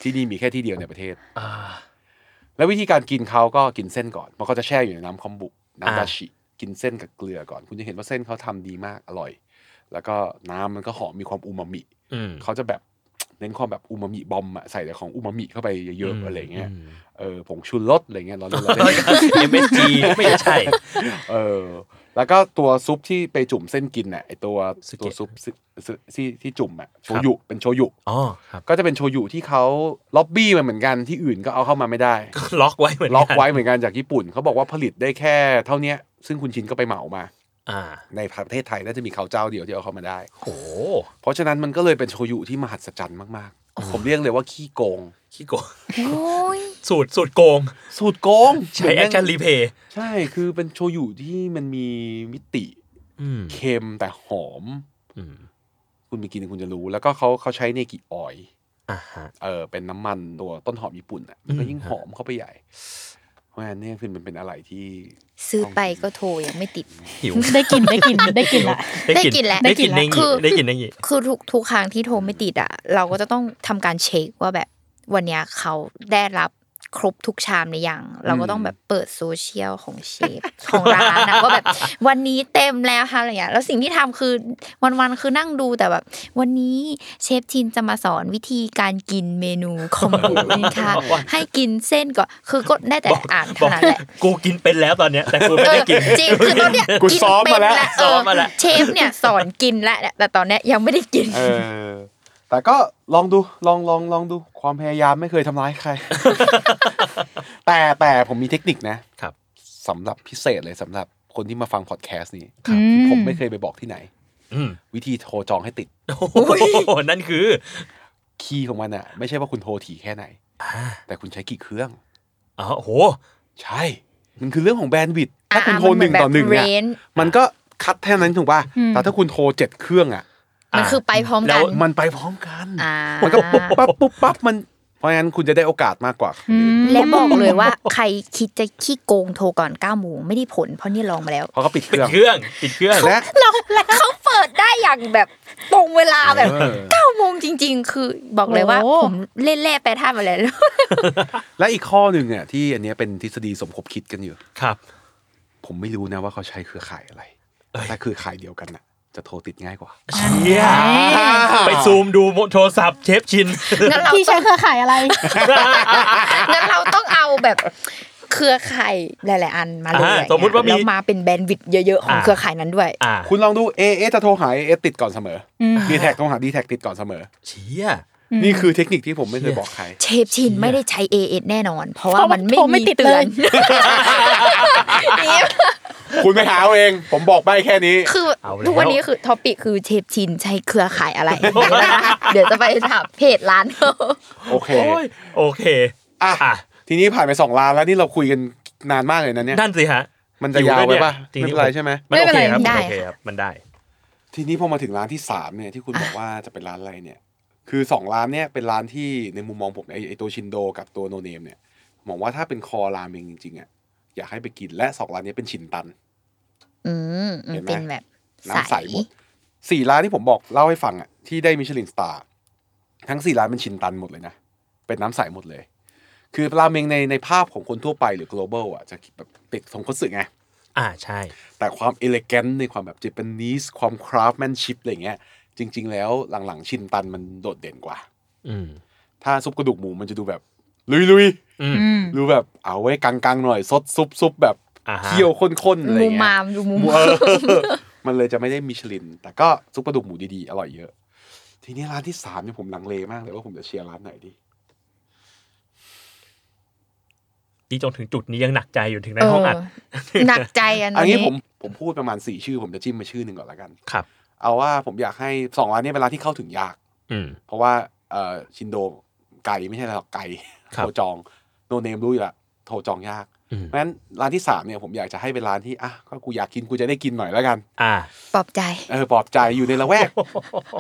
[SPEAKER 5] ที่นี่มีแค่ที่เดียวในประเทศ
[SPEAKER 3] อ่า
[SPEAKER 5] แล้ววิธีการกินเขาก็กินเส้นก่อนมันก็จะแช่อยู่ในน้ำคอมบุ
[SPEAKER 3] อ่า
[SPEAKER 5] น้ำดาชิกินเส้นกับเกลือก่อน คุณจะเห็นว่าเส้นเขาทำดีมากอร่อย แล้วก็น้ำมันก็หอมมีความอูมามิ
[SPEAKER 3] อืม
[SPEAKER 5] เขาจะแบบเน้นความแบบอูมามิบอมอะใส่แต่ของอูมามิเข้าไปเยอะๆอะไรเงี้ย
[SPEAKER 3] ม
[SPEAKER 5] เออผงชูรสอะไรเงี้ยเราเรียก เราเรียก
[SPEAKER 3] MSG ไม่ใช่
[SPEAKER 5] เออแล้วก็ตัวซุปที่ไปจุ่มเส้นกินน่ะไอตัว
[SPEAKER 3] สึเกะ
[SPEAKER 5] ตัวซุปซึซึที่ที่จุ่มอะโช
[SPEAKER 3] ครับ
[SPEAKER 5] ยุเป็นโชยุ
[SPEAKER 3] อ๋อครับ
[SPEAKER 5] ก็จะเป็นโชยุที่เขาล็อบบี้มาเหมือนกันที่อื่นก็เอาเข้ามาไม่ได้
[SPEAKER 3] ล็อกไว้เหมือนน
[SPEAKER 5] ล็อกไว้เหมือนกันจากญี่ปุ่นเขาบอกว่าผลิตได้แค่เท่าเนี้ย ซึ่งคุณชินก็ไปเหมามา
[SPEAKER 3] อ่า
[SPEAKER 5] ในประเทศไทยน่าจะมีเขาเจ้าเดียวที่เอาเข้ามาได้
[SPEAKER 3] โอ้
[SPEAKER 5] เพราะฉะนั้นมันก็เลยเป็นโชยุที่มหัศจรรย์มากๆ ผมเรียกเลยว่าขี้โกง
[SPEAKER 3] ขี้โกง
[SPEAKER 2] โอ้ย
[SPEAKER 3] สูตรสูตรโกง
[SPEAKER 5] สูตรโกง
[SPEAKER 3] ใช้แอคชั่นรีเพย์
[SPEAKER 5] ใช่คือเป็นโชยุที่มันมีมิติ
[SPEAKER 3] อืม
[SPEAKER 5] เค็มแต่หอม
[SPEAKER 3] อืม
[SPEAKER 5] คุณไปกินคุณจะรู้ แล้วก็เขาเขาใช้เนกิออยล์
[SPEAKER 3] อ่าฮะ
[SPEAKER 5] เออเป็นน้ำมันตัวต้นหอมญี่ปุ่นอ่ะมันก็
[SPEAKER 3] อืม
[SPEAKER 5] ยิ่งหอมเข้าไปใหญ่ เพราะฉะนั้นเนี่ยคือมันเป็นอะไรที่
[SPEAKER 2] ซื้อไปก็โทรยังไม่ติด
[SPEAKER 3] หิว
[SPEAKER 4] ได้กินได้กินได้กินละ
[SPEAKER 2] ได้กลิ่นแล้ว
[SPEAKER 3] ได้กลิน
[SPEAKER 2] ได้
[SPEAKER 3] ได้
[SPEAKER 2] กลิ่นแล้ว
[SPEAKER 3] ได้กลินได้กลิน
[SPEAKER 2] คือทุกทุกครั้งที่โทรไม่ติดอ่ะ เราก็จะต้องทำการเช็คว่าแบบวันเนี้ยเขาได้รับครบทุกชามหรือยัง เราก็ต้องแบบเปิดโซเชียลของเชฟ ของร้านนะว่าแบบวันนี้เต็มแล้วค่ะอะไรเงี้ยแล้วสิ่งที่ทำคือวันๆคือนั่งดูแต่แบบ วันนี้เชฟชินจะมาสอนวิธีการกินเมนูคอมบูนะคะให้กินเส้นก่อนคือก็ได้แต่อ่าน
[SPEAKER 3] บ
[SPEAKER 2] เท่า
[SPEAKER 3] อก
[SPEAKER 2] นั้นแหละ
[SPEAKER 3] กูกินเป็นแล้วตอนเนี้ย แต่กูไม่ได้กิน
[SPEAKER 2] เออจริงคือตอนเนี้ย
[SPEAKER 5] กูซ้อมมาแล้ว
[SPEAKER 2] กินเป็น
[SPEAKER 3] ซ้อมมาแล้ว
[SPEAKER 2] เเชฟเนี่ยสอนกินแล้วเนี่ยแต่ตอนเนี้ยยังไม่ได้กิน
[SPEAKER 5] เออ แต่ก็ลองดู ลองลองลองดู ความพยายามไม่เคยทำร้ายใคร แต่แต่ผมมีเทคนิคนะครับ สำหรับพิเศษเลยสำหรับคนที่มาฟังพอดแคสต์นี้
[SPEAKER 4] ครับ
[SPEAKER 5] ที่ผมไม่เคยไปบอกที่ไหน
[SPEAKER 3] อืม
[SPEAKER 5] วิธีโทรจองให้ติด
[SPEAKER 3] โอ้โหนั่นคือ
[SPEAKER 5] คีย์ของมันอะไม่ใช่ว่าคุณโทรถี่แค่ไหน
[SPEAKER 3] อ่า
[SPEAKER 5] แต่คุณใช้กี่เครื่อง
[SPEAKER 3] อ๋อโห
[SPEAKER 5] ใช่ มันคือเรื่องของแบนด์วิดต์ถ้าคุณโทร
[SPEAKER 2] อ่ะ
[SPEAKER 5] หนึ่งต่อหนึ่งเนี่ย
[SPEAKER 2] มันแบบ range
[SPEAKER 5] มันก็คัดแค่นั้นถูกป่ะ
[SPEAKER 4] อืม
[SPEAKER 5] แต่ถ้าคุณโทรเจ็ดเครื่องอะ
[SPEAKER 2] มันคือไปพร้อม
[SPEAKER 3] แล้
[SPEAKER 2] กัน
[SPEAKER 3] ว
[SPEAKER 5] มันไปพร้อมกัน
[SPEAKER 2] อ่า
[SPEAKER 5] มันก็ปุ๊บปั๊บปุ๊บปั๊บมัน เพราะงั้นคุณจะได้โอกาสมากกว่า
[SPEAKER 4] อืม
[SPEAKER 2] และบอกเลยว่าใครคิดจะขี้โกงโทรก่อน9ก้าโมงไม่ได้ผลเพราะนี่ลองมาแล้ว
[SPEAKER 5] เพราะเขาปิดเค
[SPEAKER 3] ปิด
[SPEAKER 5] รื่อง
[SPEAKER 3] เครื่องปิดเครื่อง
[SPEAKER 5] และ
[SPEAKER 2] ลองแล้วเขาเปิดได้อย่างแบบตรงเวลาแบบ
[SPEAKER 5] เออ
[SPEAKER 2] 9ก้าโมงจริง ๆ คือบอกเลยว่า
[SPEAKER 4] โอ้
[SPEAKER 2] ผมเล่นแร่แปรธาตุมาแล้ว
[SPEAKER 5] และอีกข้อหนึ่งอ่ะที่อันเนี้ยเป็นทฤษฎีสมคบคิดกันอยู่
[SPEAKER 3] ครับ
[SPEAKER 5] ผมไม่รู้นะว่าเขาใช้เครือข่ายอะไร
[SPEAKER 3] เอ้ย
[SPEAKER 5] แต่เครือข่ายเดียวกันน่ะ จะโทรติดง่ายกว่า
[SPEAKER 3] เชี่ยไปซูมดูโทรศัพท์เชฟชิน
[SPEAKER 2] งั้นเรา
[SPEAKER 4] พี่
[SPEAKER 2] ต้
[SPEAKER 4] ใช้
[SPEAKER 2] อง
[SPEAKER 4] เครือข่ายอะไร
[SPEAKER 2] งั้นเราต้องเอาแบบเครือข่ายหลาย ๆ อันมาเลย
[SPEAKER 3] อ่า
[SPEAKER 2] อะไรเงี้ย
[SPEAKER 3] สมมุติว่ามี
[SPEAKER 2] แล้วมาเป็นแบนด์วิดต์เยอะๆของ
[SPEAKER 3] อ่า
[SPEAKER 2] เครือข่ายนั้นด้วย
[SPEAKER 3] อ่า
[SPEAKER 5] คุณลองดูเอเอะจะโทรหาเอติดก่อนเสมออ
[SPEAKER 4] ม
[SPEAKER 5] ดีแท็กโทรหาดีแท็กติดก่อนเสมอ
[SPEAKER 3] เชี่ย
[SPEAKER 5] นี่คือเทคนิคที่ผมไม่เคยบอกใคร
[SPEAKER 2] เชฟชินไม่ได้ใช้ AS แน่นอน เพราะว่า
[SPEAKER 4] เพราะมั
[SPEAKER 2] มัน
[SPEAKER 4] น
[SPEAKER 2] ไม่
[SPEAKER 4] โทรไม่
[SPEAKER 2] มี
[SPEAKER 4] ติด
[SPEAKER 2] เตือน
[SPEAKER 4] เล
[SPEAKER 2] เนี่ย
[SPEAKER 5] คุณไปหาเอาเอง ผมบอกใบแค่นี้
[SPEAKER 2] คือ
[SPEAKER 3] เอาแล้ว
[SPEAKER 2] ทุกวันนี้คือท็อปิกคือเชฟชินใช้เครือข่าย อะไรนะคะเดี๋ยวจะไปถามเพจร้าน เขา
[SPEAKER 5] โอเค
[SPEAKER 3] โอ้ยโอเค
[SPEAKER 5] อ่ะ
[SPEAKER 3] อ่ะ
[SPEAKER 5] ทีนี้ผ่านไปสองล้านแล้วนี่เราคุยกันนานมากเลยนะเนี่ย
[SPEAKER 3] นั่นสิฮะ
[SPEAKER 5] มันจะยาวไปปะ
[SPEAKER 3] จ
[SPEAKER 5] ไม่เป็นไรใช่ไหม
[SPEAKER 3] มันโอเคครับ
[SPEAKER 4] ไม่เป็นไร
[SPEAKER 3] โอเคครับมันได้
[SPEAKER 5] ทีนี้พอมาถึงร้านที่สามเนี่ยที่คุณบอกว่าจะเป็นร้านอะไรเนี่ย คือสองร้านเนี่ยเป็นร้านที่ในมุมมองผมไอไอตัวชินโดกับตัวโนเนมเนี่ยมองว่าถ้าเป็นคอรามเองจริงๆอ่ะอยากให้ไปกินและสองร้านเนี้เป็นชินตัน
[SPEAKER 2] อืมอืม
[SPEAKER 5] เห็นไหม
[SPEAKER 2] เป็นแบบ
[SPEAKER 5] น้ำใสหมดสี่ร้านที่ผมบอกเล่าให้ฟังอ่ะที่ได้มิชลินสตาร์ทั้งสี่ร้านเป็นชินตันหมดเลยนะ เป็นน้ำใสหมดเลย คือราเมงในในภาพของคนทั่วไปหรือ global อ่ะจะแบบติดทรงคตสึไง
[SPEAKER 3] อ่าใช่
[SPEAKER 5] แต่ความเอเลแกนในความแบบเจแปนนิสความคราฟแมนชิพอะไรเงี้ย จริง ๆ แล้วหลังๆ ชินตันมันโดดเด่นกว่า
[SPEAKER 3] อืม
[SPEAKER 5] ถ้าซุปกระดูกหมูมันจะดูแบบ ลุยลุย
[SPEAKER 3] อืม
[SPEAKER 4] อืม
[SPEAKER 5] ๆดูแบบเอาไว้กลางๆหน่อยซดซุปซุปแบบ
[SPEAKER 3] อ่าฮะ
[SPEAKER 5] เคี่ยวข้นๆอะไร
[SPEAKER 2] มู
[SPEAKER 5] เงี้
[SPEAKER 2] มาย มดูมู
[SPEAKER 5] หมู
[SPEAKER 2] มาม
[SPEAKER 5] เออ มันเลยจะไม่ได้มิชลิน แต่ก็ซุปกระดูกหมูดีๆ อร่อยเยอะ ทีนี้ร้านที่สามเนี่ยผมลังเลมากเลยว่าผมจะเชียร์ร้านไหนดี
[SPEAKER 3] นี่จนถึงจุดนี้ยังหนักใจอยู่ถึงในห้องอัด
[SPEAKER 2] เออห นักใจอัน
[SPEAKER 5] อันนี้
[SPEAKER 2] นี้
[SPEAKER 5] ผมผมพูดประมาณสี่ชื่อ ผมจะจิ้มมาชื่อหนึ่งก่อนละกัน
[SPEAKER 3] ครับ
[SPEAKER 5] เอาว่าผมอยากให้สองร้านเนี้เป็นร้านที่เข้าถึงยาก
[SPEAKER 3] อืม
[SPEAKER 5] เพราะว่าเอ่อชินโดไก่ไม่ใช่หรอกไก่
[SPEAKER 3] ครับ
[SPEAKER 5] โทรจองโนเนมรู้อยู่ละโทรจองยาก
[SPEAKER 3] อืม
[SPEAKER 5] เพราะฉะนั้นร้านที่สามเนี่ยผมอยากจะให้เป็นร้านที่อ่ะก็กูอยากกินกูจะได้กินหน่อยแล้วกัน
[SPEAKER 3] อ่า
[SPEAKER 2] ปลอบใจ
[SPEAKER 5] เออปลอบใจอยู่ในละแวก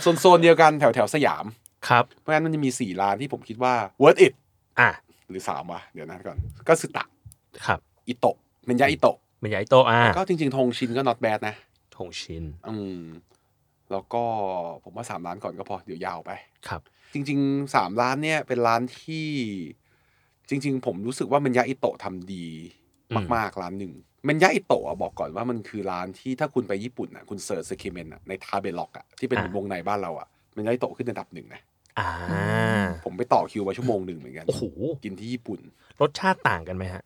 [SPEAKER 5] โซนๆเดียวกันแถวแถวๆสยาม
[SPEAKER 3] ครับ
[SPEAKER 5] เพราะฉะนั้นมันจะมีสี่ร้านที่ผมคิดว่า worth it
[SPEAKER 3] อ่า
[SPEAKER 5] หรือสามวะเดี๋ยวนะก่อนก็สึตะ
[SPEAKER 3] ครับ
[SPEAKER 5] อิโตะเมนยะอิโตะ
[SPEAKER 3] มันใหญ่โตอ่า
[SPEAKER 5] ก็จริงๆ ทงชินก็ not bad นะ
[SPEAKER 3] ธงชิน
[SPEAKER 5] อืมแล้วก็ผมว่าสามร้านก่อนก็พอเดี๋ยวยาวไป
[SPEAKER 3] ครับ
[SPEAKER 5] จริงๆสามร้านเนี่ยเป็นร้านที่ จริง ๆ ผมรู้สึกว่ามันยะอิโตะทำดี
[SPEAKER 3] อืม
[SPEAKER 5] มากๆร้านหนึ่งมันยะอิโตะอะบอกก่อนว่ามันคือร้านที่ถ้าคุณไปญี่ปุ่นอ่ะคุณเซิร์ชเซคิเมนอ่ะในทาเบล็อกอ่ะที่เป็น
[SPEAKER 3] อ่า
[SPEAKER 5] วงในบ้านเราอ่ะมันยะอิโตะขึ้นอันดับหนึ่งนะ
[SPEAKER 3] อ่า
[SPEAKER 5] ผมไปต่อคิวมาชั่วโมงหนึ่งเหมือนกัน
[SPEAKER 3] โอ้โห
[SPEAKER 5] กินที่ญี่ปุ่น
[SPEAKER 3] รสชาติต่างกันไหมฮะ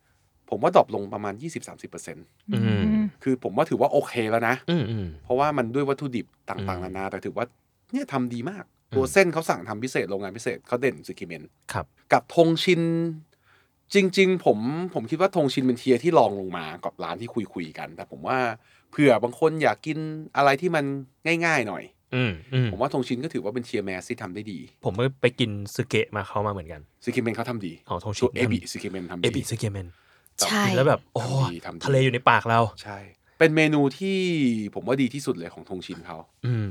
[SPEAKER 5] ผมว่าดรอปลงประมาณ 20-30%
[SPEAKER 3] อืม
[SPEAKER 5] คือผมว่าถือว่าโอเคแล้วนะ
[SPEAKER 3] อืมอืม
[SPEAKER 5] เพราะว่ามันด้วยวัตถุดิบต่างๆนานาแต่ถือว่าเนี่ยทำดีมาก
[SPEAKER 3] อืม
[SPEAKER 5] ตัวเส้นเขาสั่งทำพิเศษโรงงานพิเศษเขาเด่นซิกิเมน
[SPEAKER 3] ครับ
[SPEAKER 5] กับธงชิน จริง ๆ ผมผมคิดว่าธงชินเป็นเทียร์ที่รองลงมากับร้านที่คุยคุยๆกัน แต่ผมว่าเผื่อบางคนอยากกินอะไรที่มันง่าย ๆ หน่อย
[SPEAKER 3] อืมอืม
[SPEAKER 5] ผมว่าธงชินก็ถือว่าเป็นเทียร์แมสที่ทำได้ดี
[SPEAKER 3] ผมก็ไปกินสึเกะมาเขามาเหมือนกัน
[SPEAKER 5] ซิกิเมนเขาทำดี
[SPEAKER 3] ของธงชิ
[SPEAKER 5] ตั
[SPEAKER 3] น
[SPEAKER 5] วเอบิซิกิเมนทำ
[SPEAKER 3] เอ
[SPEAKER 5] ดี
[SPEAKER 3] บิสึเกะเมน
[SPEAKER 2] ใช่
[SPEAKER 3] แล้วแบบ โอ้
[SPEAKER 5] ทำดีทำดี
[SPEAKER 3] ทะเลอยู่ในปากเรา
[SPEAKER 5] ใช่ เป็นเมนูที่ผมว่าดีที่สุดเลยของธงชินเขา
[SPEAKER 3] อืม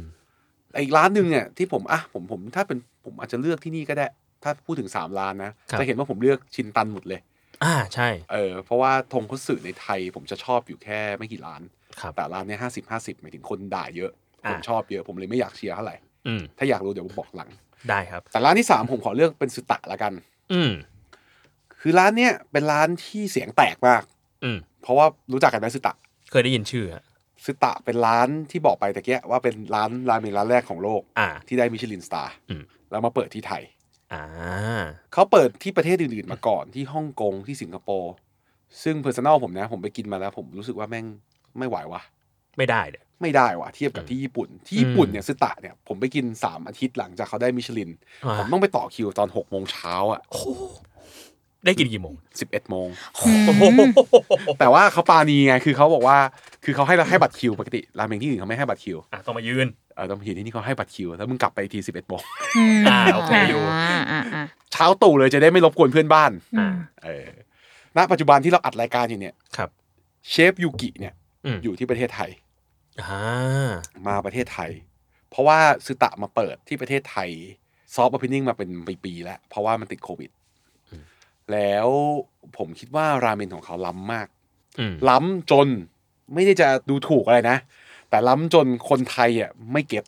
[SPEAKER 5] แต่อีกร้านหนึ่งเนี่ยที่ผมอ่ะผมผมถ้าเป็นผมอาจจะเลือกที่นี่ก็ได้ ถ้าพูดถึงสามร้านนะครับ จะเห็นว่าผมเลือกชินตันหมดเลย
[SPEAKER 3] อ่าใช่
[SPEAKER 5] เออเพราะว่าธงคุสึในไทย ผมจะชอบอยู่แค่ไม่กี่ร้าน
[SPEAKER 3] ครับ
[SPEAKER 5] แต่ร้านเนี้ห้าสิบห้าสิบหมายถึงคนด่าเยอะ
[SPEAKER 3] อ่า
[SPEAKER 5] ผมชอบเยอะ ผมเลยไม่อยากเชียร์เท่าไหร่
[SPEAKER 3] อืม
[SPEAKER 5] ถ้าอยากรู้เดี๋ยวผมบอกหลัง
[SPEAKER 3] ได้ครับ
[SPEAKER 5] แต่ร้านที่สามผมขอเลือกเป็นสุตะละกัน
[SPEAKER 3] อืม
[SPEAKER 5] คือร้านเนี้ยเป็นร้านที่เสียงแตกมาก
[SPEAKER 3] อืม
[SPEAKER 5] เพราะว่ารู้จักกันไหมสุตะ
[SPEAKER 3] เคยได้ยินชื่ออะ
[SPEAKER 5] สุตะเป็นร้านที่บอกไปตะเกียว่าเป็นร้านราเมงร้านแรกของโลก
[SPEAKER 3] อ่า
[SPEAKER 5] ที่ได้มิชลินสตาร์
[SPEAKER 3] อืม
[SPEAKER 5] แล้วมาเปิดที่ไทย
[SPEAKER 3] อ่า
[SPEAKER 5] เขาเปิดที่ประเทศอื่นๆมาก่อนที่ฮ่องกงที่สิงคโปร์ซึ่งเพอร์ซันอลผมนะ ผมไปกินมาแล้ว ผมรู้สึกว่าแม่งไม่ไหววะ
[SPEAKER 3] ไม่ได้เลย
[SPEAKER 5] ไม่ได้วะเทียบกับ
[SPEAKER 3] อืม
[SPEAKER 5] ที่ญี่ปุ่นที่ญี่ปุ่น
[SPEAKER 3] อืม
[SPEAKER 5] เนี่ยสุตะเนี่ยผมไปกินสามอาทิตย์หลังจากเขาได้มิชลิน
[SPEAKER 3] อ่า
[SPEAKER 5] ผมต้องไปต่อคิวตอนหกโมงเช้าอ่ะ
[SPEAKER 3] โอ้โหได้กินกี่โมง
[SPEAKER 5] สิบเอ็ดโมง
[SPEAKER 3] โอ้โห
[SPEAKER 5] แต่ว่าเขาปาณีไง คือเขาบอกว่า คือเขาให้เราให้บัตรคิวปกติราเมงที่อื่นเขาไม่ให้บัตรคิว
[SPEAKER 3] อ่ะต้องมายืน
[SPEAKER 5] เออแต้องเห็นที่นี่เขาให้บัตรคิว แล้วมึงกลับไปอีกทีสิบเอ็ดโมง
[SPEAKER 3] อ่าโอเคอยู่
[SPEAKER 2] อ่าอ่าอ่า
[SPEAKER 5] เช้าตู่เลยจะได้ไม่รบกวนเพื่อนบ้าน
[SPEAKER 3] อ่า
[SPEAKER 5] เออ ณ ปัจจุบันที่เราอัดรายการอยู่เนี่ย
[SPEAKER 3] ครับ
[SPEAKER 5] เชฟยูกิเนี่ย
[SPEAKER 3] อืม
[SPEAKER 5] อยู่ที่ประเทศไทย
[SPEAKER 3] อ่า
[SPEAKER 5] มาประเทศไทย เพราะว่าซึตะมาเปิดที่ประเทศไทยซอฟต์อพินิ่งมาเป็นปีๆแล้ว เพราะว่ามันติดโควิด
[SPEAKER 3] อืม
[SPEAKER 5] แล้วผมคิดว่าราเมนของเขาล้ำมาก
[SPEAKER 3] อืม
[SPEAKER 5] ล้ำจนไม่ได้จะดูถูกอะไรนะ แต่ล้ำจนคนไทยอ่ะไม่เก็ต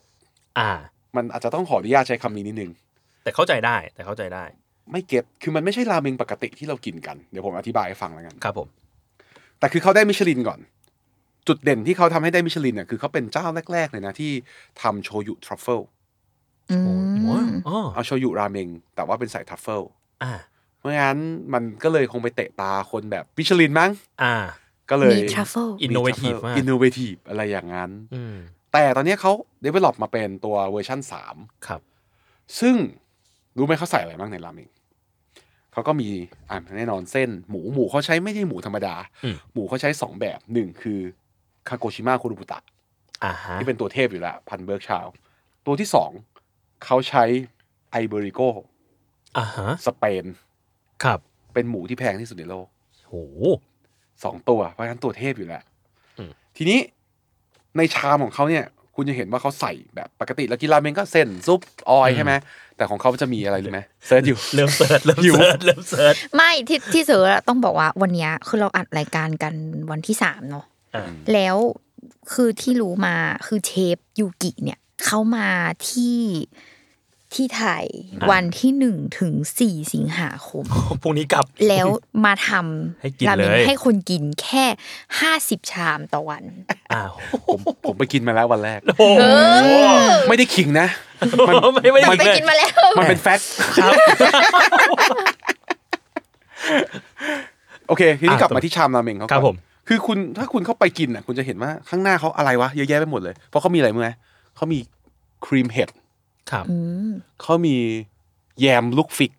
[SPEAKER 3] อ่า
[SPEAKER 5] มันอาจจะต้องขออนุญาตใช้คำนี้นิดนึง
[SPEAKER 3] แต่เข้าใจได้แต่เข้าใจได้
[SPEAKER 5] ไม่เก็ตคือมันไม่ใช่ราเมงปกติที่เรากินกัน เดี๋ยวผมอธิบายให้ฟังแล้วกัน
[SPEAKER 3] ครับผม
[SPEAKER 5] แต่คือเขาได้มิชลินก่อน จุดเด่นที่เขาทำให้ได้มิชลินเนี่ยคือเขาเป็นเจ้าแรก ๆ เลยนะ ที่ทำโชยุทรัฟเฟิล
[SPEAKER 2] อื
[SPEAKER 3] โอ้ย
[SPEAKER 2] ม
[SPEAKER 3] อ๋อ
[SPEAKER 5] เอาโชยุราเมงแต่ว่าเป็นใส่ทรัฟเฟิล
[SPEAKER 3] อ่า
[SPEAKER 5] เพราะงั้นมันก็เลยคงไปเตะตาคนแบบมิชลินมั้ง
[SPEAKER 3] อ่า
[SPEAKER 5] ก็เลย
[SPEAKER 2] มีทรัฟเฟิล
[SPEAKER 3] Innovative มาก
[SPEAKER 5] อินโนเวทีฟอะไรอย่างนั้น
[SPEAKER 3] อืม
[SPEAKER 5] แต่ตอนเนี้ยเขาเดเวล็อปมาเป็นตัวเวอร์ชั่น 3
[SPEAKER 3] ครับ
[SPEAKER 5] ซึ่งรู้ไหมเขาใส่อะไรบ้างในราเมงเขาก็มีอ่ะแน่นอนเส้นหมูหมูเขาใช้ไม่ใช่หมูธรรมดา
[SPEAKER 3] อืม
[SPEAKER 5] หมูเขาใช้สองแบบหนึ่งคือ คาโกชิมะคุรุบุตะ
[SPEAKER 3] อ่าฮะ
[SPEAKER 5] ที่เป็นตัวเทพอยู่แล้ว พันเบิร์กชาว ตัวที่สองเขาใช้ไอเบริโก
[SPEAKER 3] อ่าฮะ
[SPEAKER 5] สเปน
[SPEAKER 3] ครับ
[SPEAKER 5] เป็นหมูที่แพงที่สุดในโลก
[SPEAKER 3] โอ้โห
[SPEAKER 5] สองตัว เพราะฉะนั้นตัวเทพอยู่แล้ว
[SPEAKER 3] อืม
[SPEAKER 5] ทีนี้ในชามของเขาเนี่ย คุณจะเห็นว่าเขาใส่แบบปกติแล้วกินราเมงก็เส้นซุปออยใช่ไหมแต่ของเขาจะมีอะไรรู้ไหมเซิร์ชอยู่
[SPEAKER 3] เริ่มเสิ ร์ชเริ่ม
[SPEAKER 5] หิว
[SPEAKER 3] เสิร์ชเริ่มเสิร์ช
[SPEAKER 2] ไม่ที่ที่เสืออะต้องบอกว่าวันเนี้ยคือเราอัดรายการกันวันที่สามเนาะ
[SPEAKER 3] อ่า
[SPEAKER 2] แล้วคือที่รู้มาคือเชฟยูกิเนี่ยเขามาที่ที่ไทยวันที่หนึ่งถึงสี่สิงหาคม
[SPEAKER 3] พรุ่งนี้กลับ
[SPEAKER 2] แล้วมาท
[SPEAKER 3] ให้กิน
[SPEAKER 2] ำราเมง
[SPEAKER 3] เลย
[SPEAKER 2] ให้คนกินแค่ห้าสิบชามต่อวัน
[SPEAKER 3] อ้าว
[SPEAKER 5] ผมผมไปกินมาแล้ววัน แรก
[SPEAKER 3] โอ้โห
[SPEAKER 5] ไม่ได้ขิงนะ
[SPEAKER 3] ไม่ไม่
[SPEAKER 2] ไป
[SPEAKER 3] ไม่
[SPEAKER 2] กินมาแล้ว
[SPEAKER 5] มันเป็นแฟ ต
[SPEAKER 3] ครับ
[SPEAKER 5] โอเค ทีนี้
[SPEAKER 3] อ่ะ
[SPEAKER 5] กลับมาที่ชามราเมงเขาก่อน
[SPEAKER 3] ครับผม
[SPEAKER 5] คือคุณถ้าคุณเข้าไปกินน่ะ คุณจะเห็นว่าข้างหน้าเขาอะไรวะเยอะแยะไปหมดเลย เพราะเขามีอะไรมั้ยเขามีครีมเห็ด
[SPEAKER 3] ครับ
[SPEAKER 2] อืม
[SPEAKER 5] เขามีแยมลูกฟิก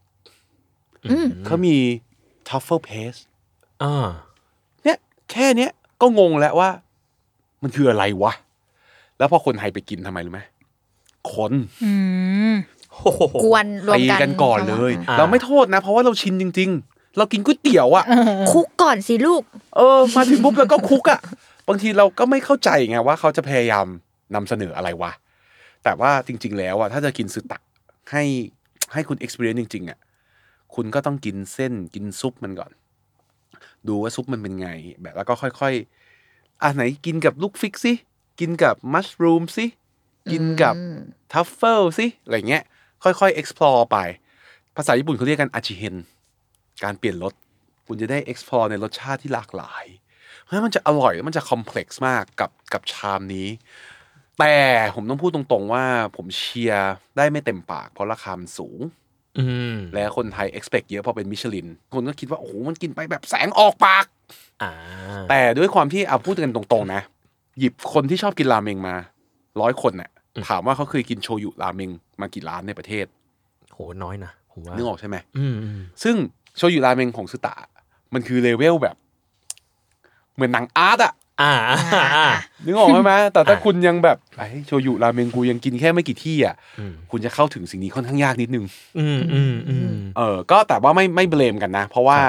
[SPEAKER 2] อืม
[SPEAKER 5] เขามีทัฟเฟิลเพส
[SPEAKER 3] อ่า
[SPEAKER 5] เนี่ยแค่เนี้ยก็งงแล้วว่า มันคืออะไรวะ แล้วพอคนไทยไปกินทำไมรู้ไหมคน
[SPEAKER 4] อืม
[SPEAKER 3] โอ้โห
[SPEAKER 2] กวนรวม
[SPEAKER 5] ตี
[SPEAKER 2] กัน
[SPEAKER 5] กันก่อนเลย
[SPEAKER 3] อ่า
[SPEAKER 5] เราไม่โทษนะ เพราะว่าเราชินจริง ๆ เรากินก๋วยเตี๋ยวอะ
[SPEAKER 2] คุกก่อนสิลูก
[SPEAKER 5] เออมาถึงปุ๊บแล้วก็คุกอะ่ะ บางทีเราก็ไม่เข้าใจไงว่าเขาจะพยายามนำเสนออะไรวะ แต่ว่าจริง ๆ แล้วอะ่ะถ้าจะกินซึตะให้ให้คุณ experience จริง ๆอะ่ะคุณก็ต้องกินเส้นกินซุปมันก่อน ดูว่าซุปมันเป็นไง แบบแล้วก็ค่อยๆอ่ะไหนกินกับลูกฟิกสิกินกับมัชรูมสิกินกับ
[SPEAKER 2] อืม
[SPEAKER 5] ทัฟเฟิลสิอะไรเงี้ย ค่อยๆ explore ไป ภาษาญี่ปุ่นเขาเรียกกันอาชิเฮนการเปลี่ยนรส คุณจะได้ explore ในรสชาติที่หลากหลาย เพราะฉะนั้นมันจะอร่อยและมันจะ complex มากกับกับชามนี้ แต่ผมต้องพูดตรงๆว่าผมเชียร์ได้ไม่เต็มปาก เพราะราคามันสูง
[SPEAKER 3] อืม
[SPEAKER 5] และคนไทย expect เยอะเพอเป็นมิชลิน คนก็คิดว่า โอ้โห มันกินไปแบบแสงออกปาก
[SPEAKER 3] อ่า
[SPEAKER 5] แต่ด้วยความที่เอาพูดกันตรงๆนะ หยิบคนที่ชอบกินราเมงมาร้อยคนน่ะถามว่าเขาเคยกินโชยุราเมงมากี่ร้านในประเทศ
[SPEAKER 3] โหน้อยนะผมว่า
[SPEAKER 5] นึกออกใช่ไหม
[SPEAKER 3] อืมอืม
[SPEAKER 5] ซึ่งโชยุราเมงของสุตะ มันคือเลเวลแบบ เหมือนหนังอาร์ตอะ
[SPEAKER 3] อ่าอ่าอ่า
[SPEAKER 5] นึกออกไหม แต่ถ้า
[SPEAKER 3] อ่า
[SPEAKER 5] คุณยังแบบไอ้โชยุราเมงกูยังกินแค่ไม่กี่ที่อะ
[SPEAKER 3] อืม
[SPEAKER 5] คุณจะเข้าถึงสิ่งนี้ค่อนข้างยากนิดนึง
[SPEAKER 3] อืมอืมอืม
[SPEAKER 5] เออ ก็แต่ว่าไม่ไม่เบลมกันนะ เพราะว่า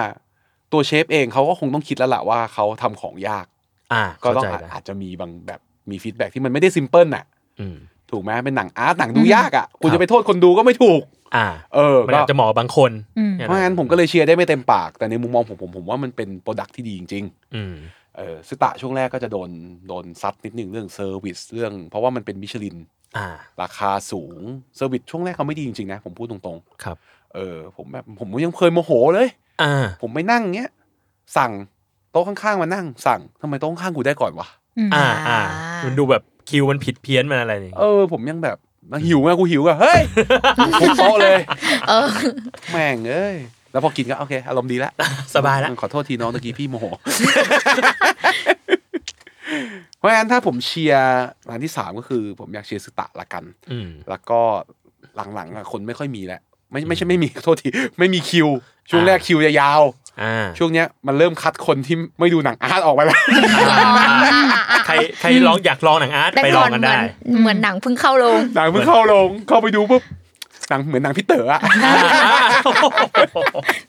[SPEAKER 5] ตัวเชฟเองเขาก็คงต้องคิดแล้วล่ะว่าเขาทำของยาก
[SPEAKER 3] อ่า
[SPEAKER 5] ก็ต้อง
[SPEAKER 3] เข้าใจ
[SPEAKER 5] อาจ
[SPEAKER 3] ละ
[SPEAKER 5] อาจจะมีบางแบบมีฟีดแบ็ที่มันไม่ได้ซิมเพิลน่ะ
[SPEAKER 3] อืม
[SPEAKER 5] ถูกไหมเป็นหนังอาร์ตหนังดูยากอะคุณ
[SPEAKER 3] ครับ
[SPEAKER 5] จะไปโทษคนดูก็ไม่ถูก
[SPEAKER 3] อ่า
[SPEAKER 5] เออ
[SPEAKER 3] มัน
[SPEAKER 5] ก็
[SPEAKER 3] อาจจะเหมาะกับบางคน
[SPEAKER 4] อืม
[SPEAKER 3] ย
[SPEAKER 5] เพราะงั้นผมก็เลยเชียร์ได้ไม่เต็มปาก แต่ในมุมมองผมผมผมว่ามันเป็นโปรดักที่ดีจริง ๆ
[SPEAKER 3] อืม
[SPEAKER 5] เออสตะช่วงแรกก็จะโดนโดนซัดนิดหนึ่งเรื่องเซอร์วิสเรื่อง เพราะว่ามันเป็นมิชลิน
[SPEAKER 3] อ่า
[SPEAKER 5] ราคาสูงเซอร์วิสช่วงแรกเขาไม่ดีจริงๆนะ ผมพูดตรง
[SPEAKER 3] ครับ
[SPEAKER 5] ๆเออผมแบบผมยังเคยโมโหเลย
[SPEAKER 3] อ่า
[SPEAKER 5] ผมไปนั่งเงี้ย สั่งโต๊ะข้างๆมานั่ง สั่งทำไมโต๊ะข้างๆกูได้ก่อนวะ
[SPEAKER 3] อ่าอ่า
[SPEAKER 2] อ่ามั
[SPEAKER 3] มันดูแบบคิวมันผิดเพี้ยนมันอะไรนี่
[SPEAKER 5] เออ ผมยังแบบแล้วหิวไงกูหิวอะเฮ้ยทุบโต๊ะเลย
[SPEAKER 2] เออ
[SPEAKER 5] แม่งเอ้ยแล้วพอกินก็โอเคอารมณ์ดีละ
[SPEAKER 3] สบายแล้ว
[SPEAKER 5] ขอโทษทีน้องตะกี้พี่โมโห เพราะงั้นถ้าผมเชียร์ร้านที่สามก็คือ ผมอยากเชียร์สตะละกัน
[SPEAKER 3] อืม
[SPEAKER 5] แล้วก็หลังๆอะคนไม่ค่อยมีแล้วไม่ไม่ใช่ไม่มี โทษที ไม่มีคิว ช่วงแรกคิวจะยาว
[SPEAKER 3] อ่า
[SPEAKER 5] ช่วงเนี้ยมันเริ่มคัดคนที่ไม่ดูหนังอาร์ตออกไปแล้ว
[SPEAKER 3] ใครใครลองอยากลองหนังอาร์ต
[SPEAKER 2] แต่
[SPEAKER 3] ไปล
[SPEAKER 2] ก่
[SPEAKER 3] อ
[SPEAKER 2] อง น
[SPEAKER 3] กั
[SPEAKER 2] เห
[SPEAKER 3] น
[SPEAKER 2] มือ
[SPEAKER 3] ได้
[SPEAKER 2] นเหมือนหนังเพิ่งเข้าโรง
[SPEAKER 5] หนังเพิ่งเข้าลงเข้าไปดูปุ๊บหนังเหมือนหนังพี่เต๋ออะ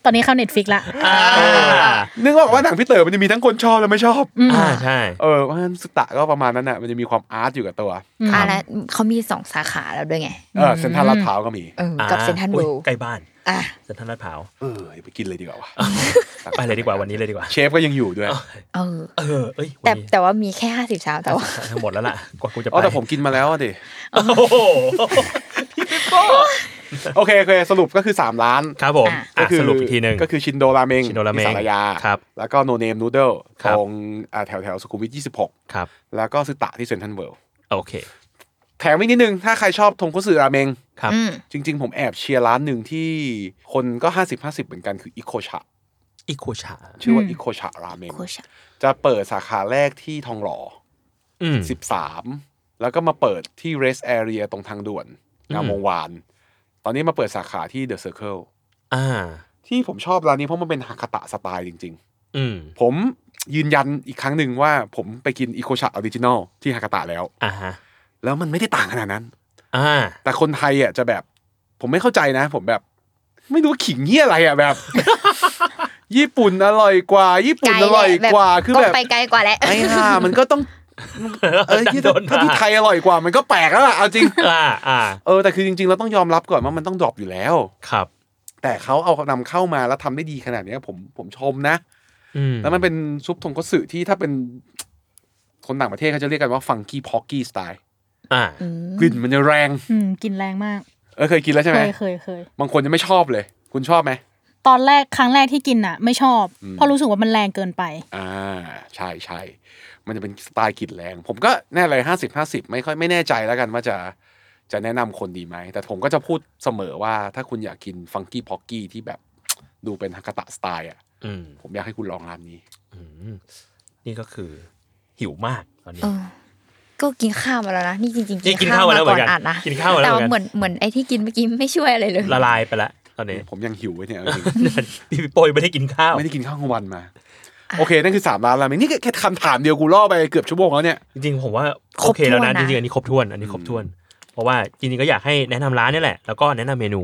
[SPEAKER 4] ตอนนี้เข้าเน็ตฟิกละ
[SPEAKER 3] อ่า
[SPEAKER 5] นึกออกว่าหนังพี่เต๋อมันจะมีทั้งคนชอบและไม่ชอบ
[SPEAKER 3] อ่าใช่
[SPEAKER 5] เออเพราะฉะนั้นสตะก็ประมาณนั้นน่ะมันจะมีความอาร์ตอยู่กับตัว
[SPEAKER 2] อ่ะแล้วเขามีสองสาขาแล้วด้วยไง
[SPEAKER 5] เออเซ็นทรัลลาดพร้าวก็มี
[SPEAKER 2] เออกับเซนทันเว
[SPEAKER 3] อุ๊ย
[SPEAKER 2] ล
[SPEAKER 3] ใกล้บ้าน
[SPEAKER 2] อ่ะ
[SPEAKER 3] เซ็นทรัลลาดพร้าว
[SPEAKER 5] เออไปกินเลยดีกว่าวะ
[SPEAKER 3] ไปเลยดีกว่าวันนี้เลยดีกว่า
[SPEAKER 5] เชฟก็ยังอยู่ด้วย
[SPEAKER 2] เออ
[SPEAKER 3] เออเอ้ยวั
[SPEAKER 2] แต่
[SPEAKER 3] นนี้
[SPEAKER 2] แต่ว่ามีแค่ห้าสิบชามแต่ว่า
[SPEAKER 3] ทั้งหมดแล้วล่ะกว่ากูจะไป
[SPEAKER 5] อ๋อแต่ผมกินมาแล้วอะดิ
[SPEAKER 3] โอ้โห
[SPEAKER 5] โอเคโอเคสรุปก็คือ 3 ร้าน
[SPEAKER 3] ครับผม
[SPEAKER 5] ก็
[SPEAKER 3] อ่ะสรุปอีกทีหนึ่ง
[SPEAKER 5] ก็คือชินโดราเมง
[SPEAKER 3] ชินโดราเมง
[SPEAKER 5] ที่สารยา
[SPEAKER 3] ครับ
[SPEAKER 5] แล้วก็โนเนมนูเดิล
[SPEAKER 3] ครั
[SPEAKER 5] ต
[SPEAKER 3] บ
[SPEAKER 5] รงอ่าแถวแถวสุขุมวิท 26
[SPEAKER 3] ครับ
[SPEAKER 5] แล้วก็ซึตะที่เซ็นทรัลเวิลด์
[SPEAKER 3] โอเค
[SPEAKER 5] แถมอีกนิดนึง ถ้าใครชอบทงคุสึราเมง
[SPEAKER 3] ครับ
[SPEAKER 2] อืม
[SPEAKER 5] จริง ๆ ผมแอบเชียร์ร้านหนึ่งที่คนก็ 50 50 เหมือนกันคืออิโคชะ
[SPEAKER 3] อีโคชา
[SPEAKER 5] ชื่อว่า
[SPEAKER 4] อืม
[SPEAKER 5] อิโคชะราเมง
[SPEAKER 2] โคชะ
[SPEAKER 5] จะเปิดสาขาแรกที่ทองหล่อ
[SPEAKER 3] อืม
[SPEAKER 5] 13 แล้วก็มาเปิดที่ Rest Area ตรงทางด่วน
[SPEAKER 3] อืม
[SPEAKER 5] งามวงวาน ตอนนี้มาเปิดสาขาที่ The Circle
[SPEAKER 3] อ่า
[SPEAKER 5] ที่ผมชอบร้านนี้เพราะมันเป็นฮากาตะสไตล์จริง ๆ
[SPEAKER 3] อืม
[SPEAKER 5] ผม ยืนยันอีกครั้งหนึ่งว่าผมไปกินอีโคชาออริจินอลที่ฮากาตะแล้ว
[SPEAKER 3] อ่าฮะ
[SPEAKER 5] แล้วมันไม่ได้ต่างขนาดนั้น
[SPEAKER 3] อ่า
[SPEAKER 5] แต่คนไทยอ่ะจะแบบ ผมไม่เข้าใจนะ ผมแบบ ไม่รู้ขิงเงี้ยอะไรอ่ะแบบ ญี่ปุ่นอร่อยกว่า ญี่ปุ่นอร่อยกว่าคือแบบ
[SPEAKER 2] ไปไกลกว่าแหละ
[SPEAKER 5] ไอ้ห่ามันก็ต้อง เออที่ถ้า
[SPEAKER 3] โดนด่า
[SPEAKER 5] ถ้าที่ไทยอร่อยกว่ามันก็แปลกแล้วล่ะเอาจริง
[SPEAKER 3] อ่าอ่า
[SPEAKER 5] เออแต่คือจริงๆ เราต้องยอมรับก่อนว่ามันต้องดรอปอยู่แล้ว
[SPEAKER 3] ครับ
[SPEAKER 5] แต่เขาเอานำเข้ามาแล้วทำได้ดีขนาดเนี้ยผมผมชมนะ
[SPEAKER 3] อืม
[SPEAKER 5] แล้วมันเป็นซุปทงกสึที่ถ้าเป็นคนต่างประเทศเขาจะเรียกกันว่าฟังกี้พอกกี้สไตล์
[SPEAKER 3] อ่า
[SPEAKER 5] กลิ่นมันจะแรง
[SPEAKER 4] อืมกลินแรงมาก
[SPEAKER 5] เออเคยกินแล้วใช่
[SPEAKER 4] เค
[SPEAKER 5] ไหม
[SPEAKER 4] ยเคยเคย
[SPEAKER 5] บางคนจะไม่ชอบเลย คุณชอบไหม
[SPEAKER 4] ตอนแรกครั้งแรกที่กินอ่ะ ไม่ชอบ
[SPEAKER 5] อืม
[SPEAKER 4] เพราะรู้สึกว่ามันแรงเกินไป
[SPEAKER 5] อ่าใช่ใช่มันจะเป็นสไตล์กลิ่นแรง ผมก็แน่เลยห้าสิบห้าสิบไม่ค่อยไม่แน่ใจแล้วกันว่าจะจะแนะนำคนดีไหม แต่ผมก็จะพูดเสมอว่าถ้าคุณอยากกินฟังกี้พอกกี้ที่แบบ ดูเป็นฮากาตะสไตล์อ่ะ
[SPEAKER 3] อืม
[SPEAKER 5] ผมอยากให้คุณลองร้านนี้
[SPEAKER 3] อืมนี่ก็คือหิวมากตอนนี้
[SPEAKER 2] เออก็กินข้าวมาแล้วนะ นี่จริงๆ
[SPEAKER 3] นี่กินข้าวมาแล้วเหมือนกัน
[SPEAKER 2] อัดนะ
[SPEAKER 3] กินข้าวมาแล้ว
[SPEAKER 2] แต่เห
[SPEAKER 3] เหมือนกัน
[SPEAKER 2] มือนเหมือนไอ้ที่กินเมื่อกี้ไม่ช่วยอะไรเลย
[SPEAKER 3] ละลายไปละตอนนี้
[SPEAKER 5] ผมยังหิวไว้เนี่ยเอาจริง
[SPEAKER 3] พี่โปรยไม่ได้กินข้าว
[SPEAKER 5] ไม่ได้กินข้าวกลางวันมา โอเค นั่นคือสามร้านแล้วนี่แค่คำถามเดียวกูล่อไปเกือบชั่วโมงแล้วเนี่ย
[SPEAKER 3] จริงๆผมว่า
[SPEAKER 2] คร
[SPEAKER 3] โอบ เคแล้วนะ
[SPEAKER 2] ถ้วน
[SPEAKER 3] จ
[SPEAKER 2] นะ
[SPEAKER 3] ริงๆอันนี้ครบถ้วนอันนี้ครบถ้วน เพราะว่าจริงๆก็อยากให้แนะนำร้านเนี่ยแหละ แล้วก็แนะนำเมนู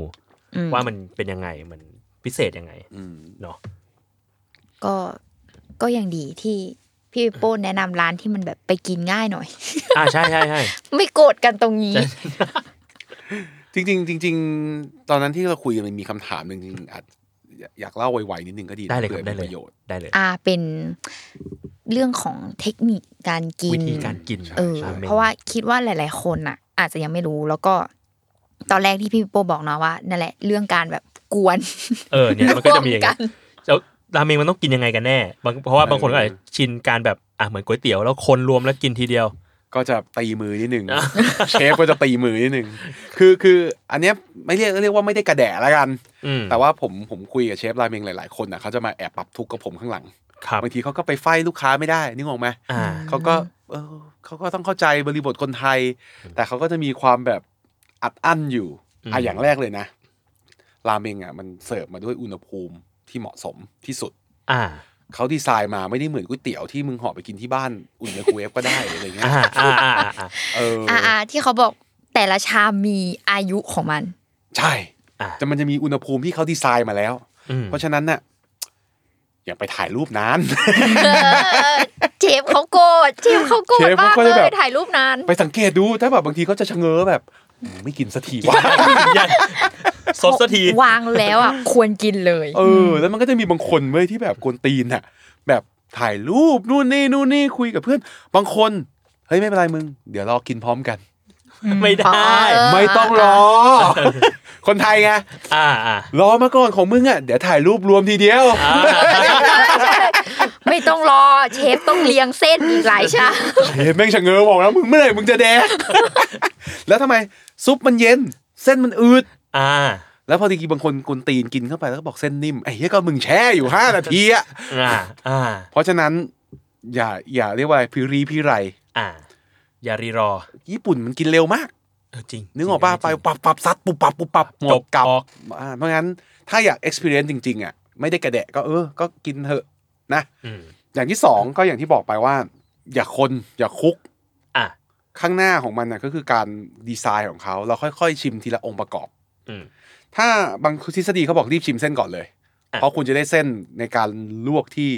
[SPEAKER 2] อืม
[SPEAKER 3] ว่ามันเป็นยังไงมันพิเศษยังไง
[SPEAKER 5] อืม
[SPEAKER 3] เนาะ
[SPEAKER 2] ก็ก็ยังดีที่พี่โป้แนะนำร้านที่มันแบบไปกินง่ายหน่อย
[SPEAKER 3] อ่าใช่ใช่ใช่
[SPEAKER 2] ไม่โกรธกันตรงนี้
[SPEAKER 5] จริงๆจริงๆ ตอนนั้นที่เราคุยกันมันมีคำถามหนึ่งจริงๆอาจอยากเล่าไวๆนิดนึงก็ดีนะ
[SPEAKER 3] ได้เลยครับ
[SPEAKER 5] ผื่อ
[SPEAKER 3] ได้
[SPEAKER 5] ป็น
[SPEAKER 3] เล
[SPEAKER 5] ป
[SPEAKER 3] ย
[SPEAKER 5] ระโยชน์
[SPEAKER 3] ได้เลย
[SPEAKER 2] อ่าเป็นเรื่องของเทคนิคการกิน
[SPEAKER 3] วิธีการกิน
[SPEAKER 5] ใช่
[SPEAKER 2] เออ
[SPEAKER 3] ใช่
[SPEAKER 2] เพราะว่าคิดว่าหลาย ๆ คนอ่ะ อาจจะยังไม่รู้แล้วก็ตอนแรกที่พี่โป้บอกเนาะว่านั่นแหละเรื่องการแบบกวน
[SPEAKER 3] เออเนี่ยมันก็จะมีอย่าง
[SPEAKER 2] ร่ว
[SPEAKER 3] เงี้ยแล้วราเมงมันต้องกินยังไงกันแน่บางเพราะว่าบางคนก็อาจจะชินการแบบอ่ะเหมือนก๋วยเตี๋ยวแล้วคนรวมแล้วกินทีเดียว
[SPEAKER 5] ก็จะตีมือนิดนึง เชฟก็จะตีมือนิดนึง คือคืออันเนี้ยไม่เรียกเรียกว่าไม่ได้กระแดะแล้วกัน
[SPEAKER 3] อืม
[SPEAKER 5] แต่ว่าผมผมคุยกับเชฟราเมงหลายๆคนอ่ะเขาจะมาแอบปรับทุกข์กับผมข้างหลัง
[SPEAKER 3] ครับ
[SPEAKER 5] บางทีเขาก็ไปไฟลูกค้าไม่ได้นึกออกไหม
[SPEAKER 3] อ่า
[SPEAKER 5] เขาก็เออเขาก็ต้องเข้าใจบริบทคนไทย แต่เขาก็จะมีความแบบอัดอั้นอยู่
[SPEAKER 3] อืม
[SPEAKER 5] อ่ะอย่างแรกเลยนะ ราเมงอ่ะมันเสิร์ฟมาด้วยอุณหภูมิที่เหมาะสมที่สุด
[SPEAKER 3] อ่า
[SPEAKER 5] เขาดีไซน์มาไม่ได้เหมือนก๋วยเตี๋ยวที่มึงห่อไปกินที่บ้านอุ่นในคูเวฟก็ได้อะไรเงี้ย
[SPEAKER 3] อ่าอ่าอ่าอ่า
[SPEAKER 5] เออ
[SPEAKER 2] อ่าอ่าที่เขาบอกแต่ละชามมีอายุของมัน
[SPEAKER 5] ใช่
[SPEAKER 3] อ่า
[SPEAKER 5] แต่มันจะมีอุณหภูมิที่เขาดีไซน์มาแล้ว
[SPEAKER 3] อืม
[SPEAKER 5] เพราะฉะนั้นน่ะอย่าไปถ่ายรูปนั้น
[SPEAKER 2] เออเชฟเขาโกรธเชฟเขาโกรธ
[SPEAKER 5] เชฟเขา
[SPEAKER 2] มาก
[SPEAKER 5] ก็
[SPEAKER 2] เล
[SPEAKER 5] จะแบบ
[SPEAKER 2] ยถ่ายรูปนาน
[SPEAKER 5] ไปสังเกตดูถ้าแบบบางทีเขาจะชะเง้อแบบอืมไม่กินสักทีวะ
[SPEAKER 3] ยันซดสักที
[SPEAKER 2] วางแล้วอ่ะ ควรกินเลย
[SPEAKER 5] เออแล้วมันก็จะมีบางคนเว้ยที่แบบกวนตีนอะแบบถ่ายรูปนู่นนี่นู่นนี่คุยกับเพื่อน บางคนเฮ้ยไม่เป็นไรมึง เดี๋ยวรอกินพร้อมกัน
[SPEAKER 3] ไม่ได้
[SPEAKER 5] ไม่ต้องรอ คนไทยไง
[SPEAKER 3] อ่าอ่าร
[SPEAKER 5] อมาก่อนของมึงอะเดี๋ยวถ่ายรูปรวมทีเดียว
[SPEAKER 3] อ่า
[SPEAKER 2] ไม่ต้องรอ เชฟต้องเลียงเส้นอีกหลายชาม
[SPEAKER 5] เฮ้ยแม่งชะเง้อบอกแล้วมึงเมื่อไหร่มึงจะแด ก แล้วทำไมซุปมันเย็น เส้นมันอืด
[SPEAKER 3] อ่า
[SPEAKER 5] แล้วพอดีบางคนกวนตีนกินเข้าไปแล้วก็บอกเส้นนิ่มไอ้เหี้ยก็มึงแช่อยู่ห้านาทีอะ
[SPEAKER 3] อ่า อ่า
[SPEAKER 5] เพราะฉะนั้น อย่าอย่าเรียกว่าอะไรพิรีพิไร
[SPEAKER 3] อ่า อย่ารีรอ
[SPEAKER 5] ญี่ปุ่นมันกินเร็วมาก
[SPEAKER 3] เออจริง
[SPEAKER 5] นึกออกป่ะ
[SPEAKER 3] จ
[SPEAKER 5] ไป
[SPEAKER 3] ริง
[SPEAKER 5] ปรับปรับซัดปุบปับปุบปับหม
[SPEAKER 3] จ
[SPEAKER 5] ด
[SPEAKER 3] บ
[SPEAKER 5] กลับ
[SPEAKER 3] ออก
[SPEAKER 5] อ่าเพราะงั้นถ้าอยาก experience จริง ๆ อ่ะ ไม่ได้กระแดะก็เออ ก็กินเถอะนะ
[SPEAKER 3] อืม
[SPEAKER 5] อย่างที่สองก็อย่างที่บอกไปว่า อย่าคนอย่าคุก
[SPEAKER 3] อ่า
[SPEAKER 5] ข้างหน้าของมันน่ะก็คือการดีไซน์ของเขา เราค่อยๆ ชิมทีละองค์ประกอบ
[SPEAKER 3] อืม
[SPEAKER 5] ถ้าบางทฤษฎีเขาบอกรีบชิมเส้นก่อนเลย
[SPEAKER 3] อ่ะ
[SPEAKER 5] เพราะคุณจะได้เส้นในการลวกที่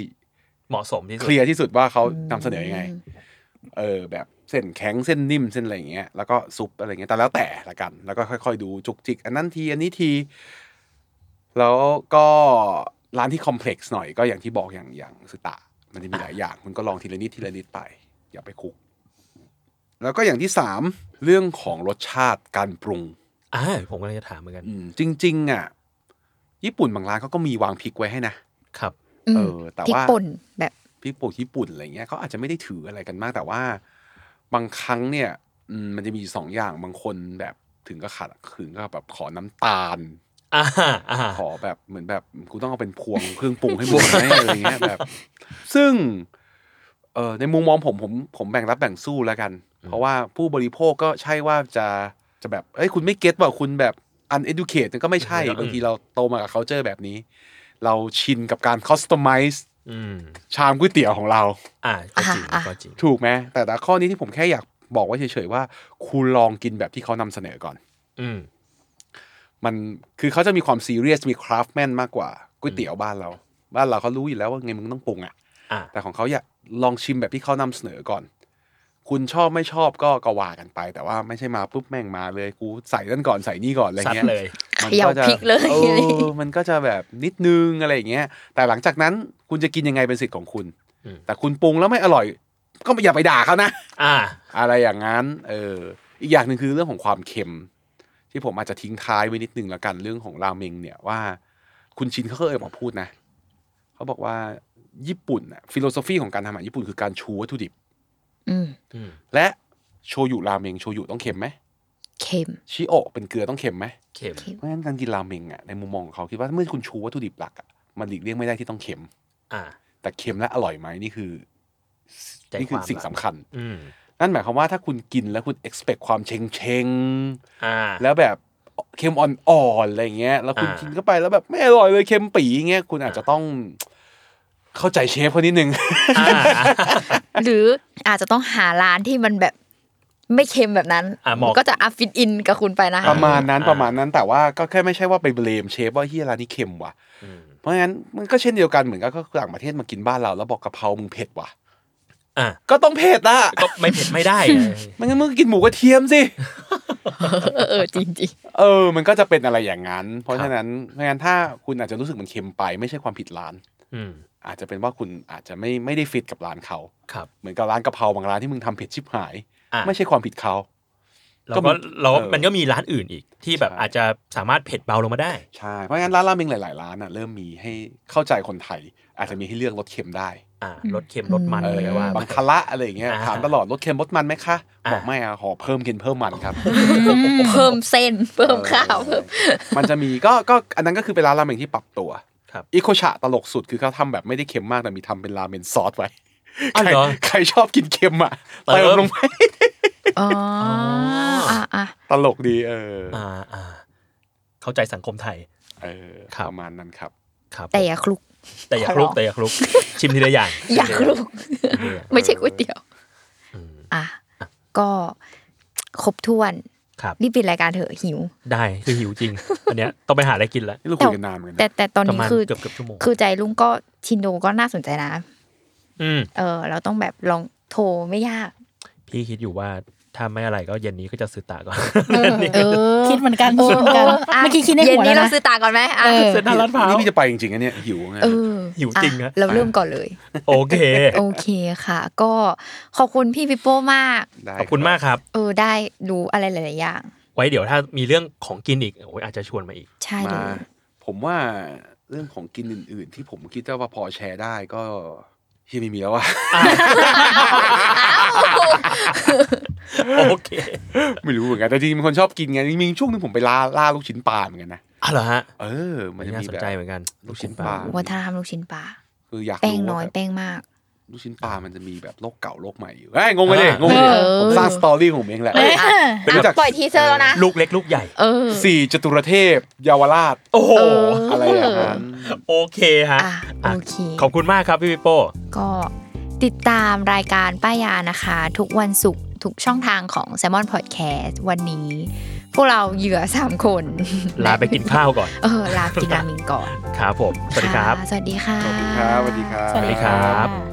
[SPEAKER 3] เหมาะสมที่สุ
[SPEAKER 5] เค
[SPEAKER 3] ด
[SPEAKER 5] ลียร์ที่สุดว่าเขานำเสนอยังไง เออแบบเส้นแข็งเส้นนิ่มเส้นอะไรอย่างเงี้ยแล้วก็ซุปอะไรเงี้ยแต่แล้วแต่ละกัน แล้วก็ค่อยๆดูจุกจิก อันนั้นทีอันนี้ที แล้วก็ร้านที่คอมเพล็กซ์หน่อยก็อย่างที่บอกอย่างอย่างสตะ มันจะมีหลายอย่างคุณก็ลองทีละนิดทีละนิดไป อย่าไปคุก แล้วก็อย่างที่สามเรื่องของรสชาติการปรุง
[SPEAKER 3] อ่าผมกำลังจะถามเหมือนกัน
[SPEAKER 5] อืมจริง ๆ อ่ะ ญี่ปุ่นบางร้านเขาก็มีวางพริกไว้ให้นะครับ
[SPEAKER 2] อื
[SPEAKER 5] เอ
[SPEAKER 2] ม
[SPEAKER 5] อ แต่
[SPEAKER 2] พริก
[SPEAKER 5] ว่า
[SPEAKER 2] ป่นแบบ
[SPEAKER 5] พริกป่นญี่ปุ่นอะไรเงี้ยเขาอาจจะไม่ได้ถืออะไรกันมาก แต่ว่า บางครั้งเนี่ยอืมมันจะมีอยู่สองอย่างบางคนแบบถึงก็ขัดขืนก็แบบขอน้ำตาล
[SPEAKER 3] อ่า อ่า
[SPEAKER 5] ขอแบบเหมือนแบบกูต้องเอาเป็นพวง เครื่องปรุงให้มึงให้อะไรเงี้ยแบบ ซึ่งเออในมุมมองผมผมผมแบ่งรับแบ่งสู้แล้วกัน เพราะว่าผู้บริโภคก็ใช่ว่าจะจะแบบเอ้ยคุณไม่เก็ตว่าคุณแบบอันเอดูเคทก็ไม่ใช่
[SPEAKER 3] อืม
[SPEAKER 5] บางทีเราโตมากับ c u เจอร์แบบนี้ เราชินกับการ customize
[SPEAKER 3] อืม
[SPEAKER 5] ชามก๋วยเตี๋ยวของเรา
[SPEAKER 3] อ่าก็จริง
[SPEAKER 2] อ่ะ
[SPEAKER 3] ก็จริง
[SPEAKER 5] ถูกไหมแต่แต่ข้อนี้ที่ผมแค่อยากบอกไว่าเฉยๆว่า คุณลองกินแบบที่เขานำเสนอก่อน
[SPEAKER 3] อืม
[SPEAKER 5] มันคือเขาจะมีความซีเรียสมีคราฟแมนมากกว่าก๋วยเตี๋ยวบ้านเรา บ้านเราเขารู้อยู่แล้วว่าไงมึงต้องปรุงอ่ะ
[SPEAKER 3] อ่า
[SPEAKER 5] แต่ของเขาอยากลองชิมแบบที่เขานำเสนอก่อน คุณชอบไม่ชอบก็ก็ว่ากันไป แต่ว่าไม่ใช่มาปุ๊บแม่งมาเลยกูใส่นั่นก่อนใส่นี่ก่อนอะไร
[SPEAKER 3] สัต
[SPEAKER 5] เงี้
[SPEAKER 3] ว์
[SPEAKER 5] ย
[SPEAKER 3] เลย
[SPEAKER 5] มัน
[SPEAKER 2] เขย่า
[SPEAKER 5] จะ
[SPEAKER 2] พริกเลย
[SPEAKER 5] ออมันก็จะแบบนิดนึงอะไรอย่างเงี้ย แต่หลังจากนั้นคุณจะกินยังไงเป็นสิทธิ์ของคุณ
[SPEAKER 3] อืม
[SPEAKER 5] แต่คุณปรุงแล้วไม่อร่อย ก็อย่าไปด่าเขานะ
[SPEAKER 3] อ่า
[SPEAKER 5] อะไรอย่างนั้นเอออีกอย่างหนึ่งคือเรื่องของความเค็ม ที่ผมอาจจะทิ้งท้ายไว้นิดนึงละกันเรื่องของราเมงเนี่ยว่า คุณชินเขาก็เอ่ยมาพูดนะเขาบอกว่าญี่ปุ่นฟิโลโซฟีของการทำอาหารญี่ปุ่นคือการชูวัตถุดิบ
[SPEAKER 2] อืม
[SPEAKER 3] อืม
[SPEAKER 5] และโชยุราเมงโชยุต้องเค็มไหม
[SPEAKER 2] เค็ม
[SPEAKER 5] ชิโอะเป็นเกลือต้องเค็มไหม
[SPEAKER 3] เข็ม
[SPEAKER 5] เพราะฉะนั้นการกินราเมงอ่ะในมุมมองของเขาคิดว่าเมื่อคุณชูวัตถุดิบหลักอ่ะมันหลีกเลี่ยงไม่ได้ที่ต้องเค็ม
[SPEAKER 3] อ่า
[SPEAKER 5] แต่เค็มและอร่อยไหมนี่คือ
[SPEAKER 3] ใจ
[SPEAKER 5] นี่คือ
[SPEAKER 3] ความ
[SPEAKER 5] สิ่งสำคัญ
[SPEAKER 3] อืม
[SPEAKER 5] นั่นหมายความว่าถ้าคุณกินแล้วคุณ expect ความเชงเชง
[SPEAKER 3] อ่า
[SPEAKER 5] ๆแล้วแบบเค็มอ่อนๆอะไรอย่างเงี้ย แล้วคุณ
[SPEAKER 3] อ่ากิ
[SPEAKER 5] กินเข้าไปแล้วแบบไม่อร่อยเลยเค็มปีอย่างเงี้ยคุณอาจจะต้องเข้าใจเชฟเขานิดนึง
[SPEAKER 3] อ่า
[SPEAKER 2] หรืออาจจะต้องหาร้านที่มันแบบไม่เค็มแบบนั้น
[SPEAKER 3] อ่ะเหมาะ
[SPEAKER 2] ก็จะอัพฟิตอินกับคุณไปนะ
[SPEAKER 5] ป
[SPEAKER 2] คะ
[SPEAKER 5] ระมาณนั้น
[SPEAKER 3] อ่า
[SPEAKER 5] ประมาณนั้นแต่ว่าก็แค่ไม่ใช่ว่าไปเบลมเชฟว่าเฮียร้านนี้เค็มว่ะ
[SPEAKER 3] อืม
[SPEAKER 5] เพราะงั้นมันก็เช่นเดียวกันเหมือนกับก็ต่างประเทศมากินบ้านเราแล้วบอกกะเพรามึงเผ็ดว่ะ
[SPEAKER 3] อ่า
[SPEAKER 5] ก็ต้องเผ็ดอะ
[SPEAKER 3] ก็ไม่เผ็ดไม่ได้
[SPEAKER 5] มันงั้นมึงก็กินหมูกระเทียมสิ
[SPEAKER 2] เออเออจริงจริง
[SPEAKER 5] เออ มันก็จะเป็นอะไรอย่างนั้น เพราะฉะนั้นเพราะงั้นถ้าคุณอาจจะรู้สึกมันเค็มไปไม่ใช่ความผิดร้าน
[SPEAKER 3] อืม
[SPEAKER 5] อาจจะเป็นว่าคุณอาจจะไม่ไม่ได้ฟิตกับร้านเขา
[SPEAKER 3] ครับ
[SPEAKER 5] เหมือนกับร้านกะเพราบางร้านที่มึงทำเผ็ดชิบหาย
[SPEAKER 3] อ่า
[SPEAKER 5] ไม่ใช่ความผิดเขา
[SPEAKER 3] เรา
[SPEAKER 5] ก็มั
[SPEAKER 3] ก็
[SPEAKER 5] น
[SPEAKER 3] เรา
[SPEAKER 5] เออ
[SPEAKER 3] มันก็มีร้านอื่นอีกที่แบบ
[SPEAKER 5] ใช่
[SPEAKER 3] อาจจะสามารถเผ็ดเบาลงมาได้
[SPEAKER 5] ใช่ เพราะงั้นร้านราเมงหลาย ๆ ร้านอ่ะเริ่มมีให้เข้าใจคนไทย อาจจะมีให้เลือกรสเค็มได้
[SPEAKER 3] อ่าลดเค็มลดมัน
[SPEAKER 5] เอ
[SPEAKER 3] อะไร
[SPEAKER 5] อ
[SPEAKER 3] ก็ว่าไป
[SPEAKER 5] บางคละอะไรอย่างเงี้ย
[SPEAKER 3] อ่า
[SPEAKER 5] ถามตลอดรสเค็มรสมันไหมคะ
[SPEAKER 3] อ่า
[SPEAKER 5] บอกไม่อะขอเพิ่มกินเพิ่มมันครับ
[SPEAKER 2] ๆเพิ่มเส้น เพิ่มข้าวเพิ่ม
[SPEAKER 5] มันจะมีก็ก็อันนั้นก็คือเป็นร้านราเมงที่ปรับตัว
[SPEAKER 3] ครับ
[SPEAKER 5] อิโคชะตลกสุดคือเขาทำแบบไม่ได้เค็มมากแต่มีทำเป็นราเมนซอสไว้
[SPEAKER 3] อ้าวเหรอ
[SPEAKER 5] ใครชอบกินเค็มอ่ะ
[SPEAKER 3] เติม
[SPEAKER 5] เติมลงไป
[SPEAKER 2] อ๋ออ่ะอ่ะ
[SPEAKER 5] ตลกดีเออ
[SPEAKER 3] อ่าอ่าเข้าใจสังคมไทย
[SPEAKER 5] เออ
[SPEAKER 3] ครับ
[SPEAKER 5] ประมาณนั้นครับ
[SPEAKER 3] ครับ
[SPEAKER 2] แต่อย่าคลุก
[SPEAKER 3] แต่อย่าคลุก
[SPEAKER 2] ขอร้อง
[SPEAKER 3] แต่อย่าคลุก ชิมทีละอย่าง
[SPEAKER 2] อย่าคลุก
[SPEAKER 3] ทีละอย่าง
[SPEAKER 2] ไม่ใช่ก๋วยเตี๋ยว
[SPEAKER 3] อืม
[SPEAKER 2] อ่ะก็ครบถ้วน
[SPEAKER 3] ครับ
[SPEAKER 2] รีบปิดรายการเถอะหิว
[SPEAKER 3] ได้คือหิวจริง อันเนี้ยต้องไปหาอะไรกินละ
[SPEAKER 5] นี่เราคุยกันนานเหมือนกัน
[SPEAKER 2] แต่
[SPEAKER 5] นะ
[SPEAKER 2] แต่ตอน
[SPEAKER 3] ประ
[SPEAKER 2] นี้
[SPEAKER 3] มาณ
[SPEAKER 2] คือ
[SPEAKER 3] เกือบเกือบชั่วโมง
[SPEAKER 2] คือใจลุงก็ชินโดก็น่าสนใจนะ
[SPEAKER 3] อืม
[SPEAKER 2] เออ เราต้องแบบลองโทรไม่ยาก
[SPEAKER 3] พี่คิดอยู่ว่าถ้าไม่อะไรก็เย็นนี้ก็จะซื้อตาก่อน
[SPEAKER 2] เออ
[SPEAKER 4] คิดเหมือนกันคิดเหมือนกัน
[SPEAKER 2] อ่ะ
[SPEAKER 4] เมื่อกี้คิดในหัว
[SPEAKER 2] เย็นนี้
[SPEAKER 4] แล้ว
[SPEAKER 2] เรา
[SPEAKER 4] นะ
[SPEAKER 2] ซื้อตาก่อนไหมอ่ะ
[SPEAKER 4] เออ
[SPEAKER 3] ซื้อตาลาดพร้าว
[SPEAKER 5] นี่พี่จะไปจริงๆอันเนี้ยหิวไง
[SPEAKER 2] เออ
[SPEAKER 3] หิวจริงนะ
[SPEAKER 2] อ่เราเริ่มก่อนเลย
[SPEAKER 3] โอเค
[SPEAKER 2] โอเคค่ะ ก็ขอบคุณพี่ปิโป้มาก
[SPEAKER 5] ได้
[SPEAKER 3] ขอบคุณมากครับ
[SPEAKER 2] เออได้รู้อะไรหลาย ๆ อย่าง
[SPEAKER 3] ไว้เดี๋ยวถ้ามีเรื่องของกินอีกโอ้ยอาจจะชวนมาอีก
[SPEAKER 2] ใช่เล
[SPEAKER 5] มา
[SPEAKER 2] ย
[SPEAKER 5] ผมว่าเรื่องของกินอื่น ๆ ที่ผมคิดว่าพอแชร์ได้ก็เฮียไม่มีแล้วอะ
[SPEAKER 3] โอเค
[SPEAKER 5] ไม่รู้เหมือนกันแต่จริงๆเป็นคนชอบกินไงมีช่วงหนึงผมไปล่าล่าลูกชิ้นปลาเหมือนกันนะ
[SPEAKER 3] อ่ะเหรอฮะ
[SPEAKER 5] เออ มันจะ
[SPEAKER 3] น่า
[SPEAKER 5] มี
[SPEAKER 3] สน
[SPEAKER 5] แบบ
[SPEAKER 3] ใจเหมือนกันลูกชิ้นปลา
[SPEAKER 5] ลูกชิ้นปลา
[SPEAKER 2] วัฒนธรรมลูกชิ้นปลา
[SPEAKER 5] คืออยาก
[SPEAKER 2] แป้ง
[SPEAKER 5] รู้
[SPEAKER 2] น้อ
[SPEAKER 5] ว่าย แบบ
[SPEAKER 2] แป้งมาก
[SPEAKER 5] ลูกชิ้นปลามันจะมีแบบโลกเก่าโลกใหม่อยู่เอ้ยงงไปเลยงงไปเลย
[SPEAKER 2] เออ
[SPEAKER 5] ผมสร้างสตอรี่ของผมเองแหละ
[SPEAKER 4] เอ๊ะ
[SPEAKER 5] เป็น
[SPEAKER 2] อ่ะ
[SPEAKER 5] รู้จัก
[SPEAKER 2] ปล่อยทีเซอร์แล้วนะ
[SPEAKER 3] ลูกเล็กลูกใหญ่
[SPEAKER 2] เออ
[SPEAKER 5] สี่จตุรเทพเยาวราช
[SPEAKER 3] โอ้โห
[SPEAKER 2] เออ
[SPEAKER 5] อะไรอย่างนั้น
[SPEAKER 3] โอเคฮะ
[SPEAKER 2] อ่ะ
[SPEAKER 3] อ่ะ
[SPEAKER 2] โอเค
[SPEAKER 3] ขอบคุณมากครับพี่ปิโป้
[SPEAKER 2] ก็ติดตามรายการป้ายานะคะ ทุกวันศุกร์ทุกช่องทางของ s ซ l m o n Podcast วันนี้ พวกเราเหยื่อ 3 คน
[SPEAKER 3] ลาไปกินข้าวก่อน
[SPEAKER 2] เออ ลาไปกินราเมิงก่อน
[SPEAKER 3] ครับผม สวัสดีครับ
[SPEAKER 2] ะสวัสดีค่ะ
[SPEAKER 5] สวัสดีครับ สวัสดีครับ
[SPEAKER 3] สวัสดีครับ
[SPEAKER 4] ะ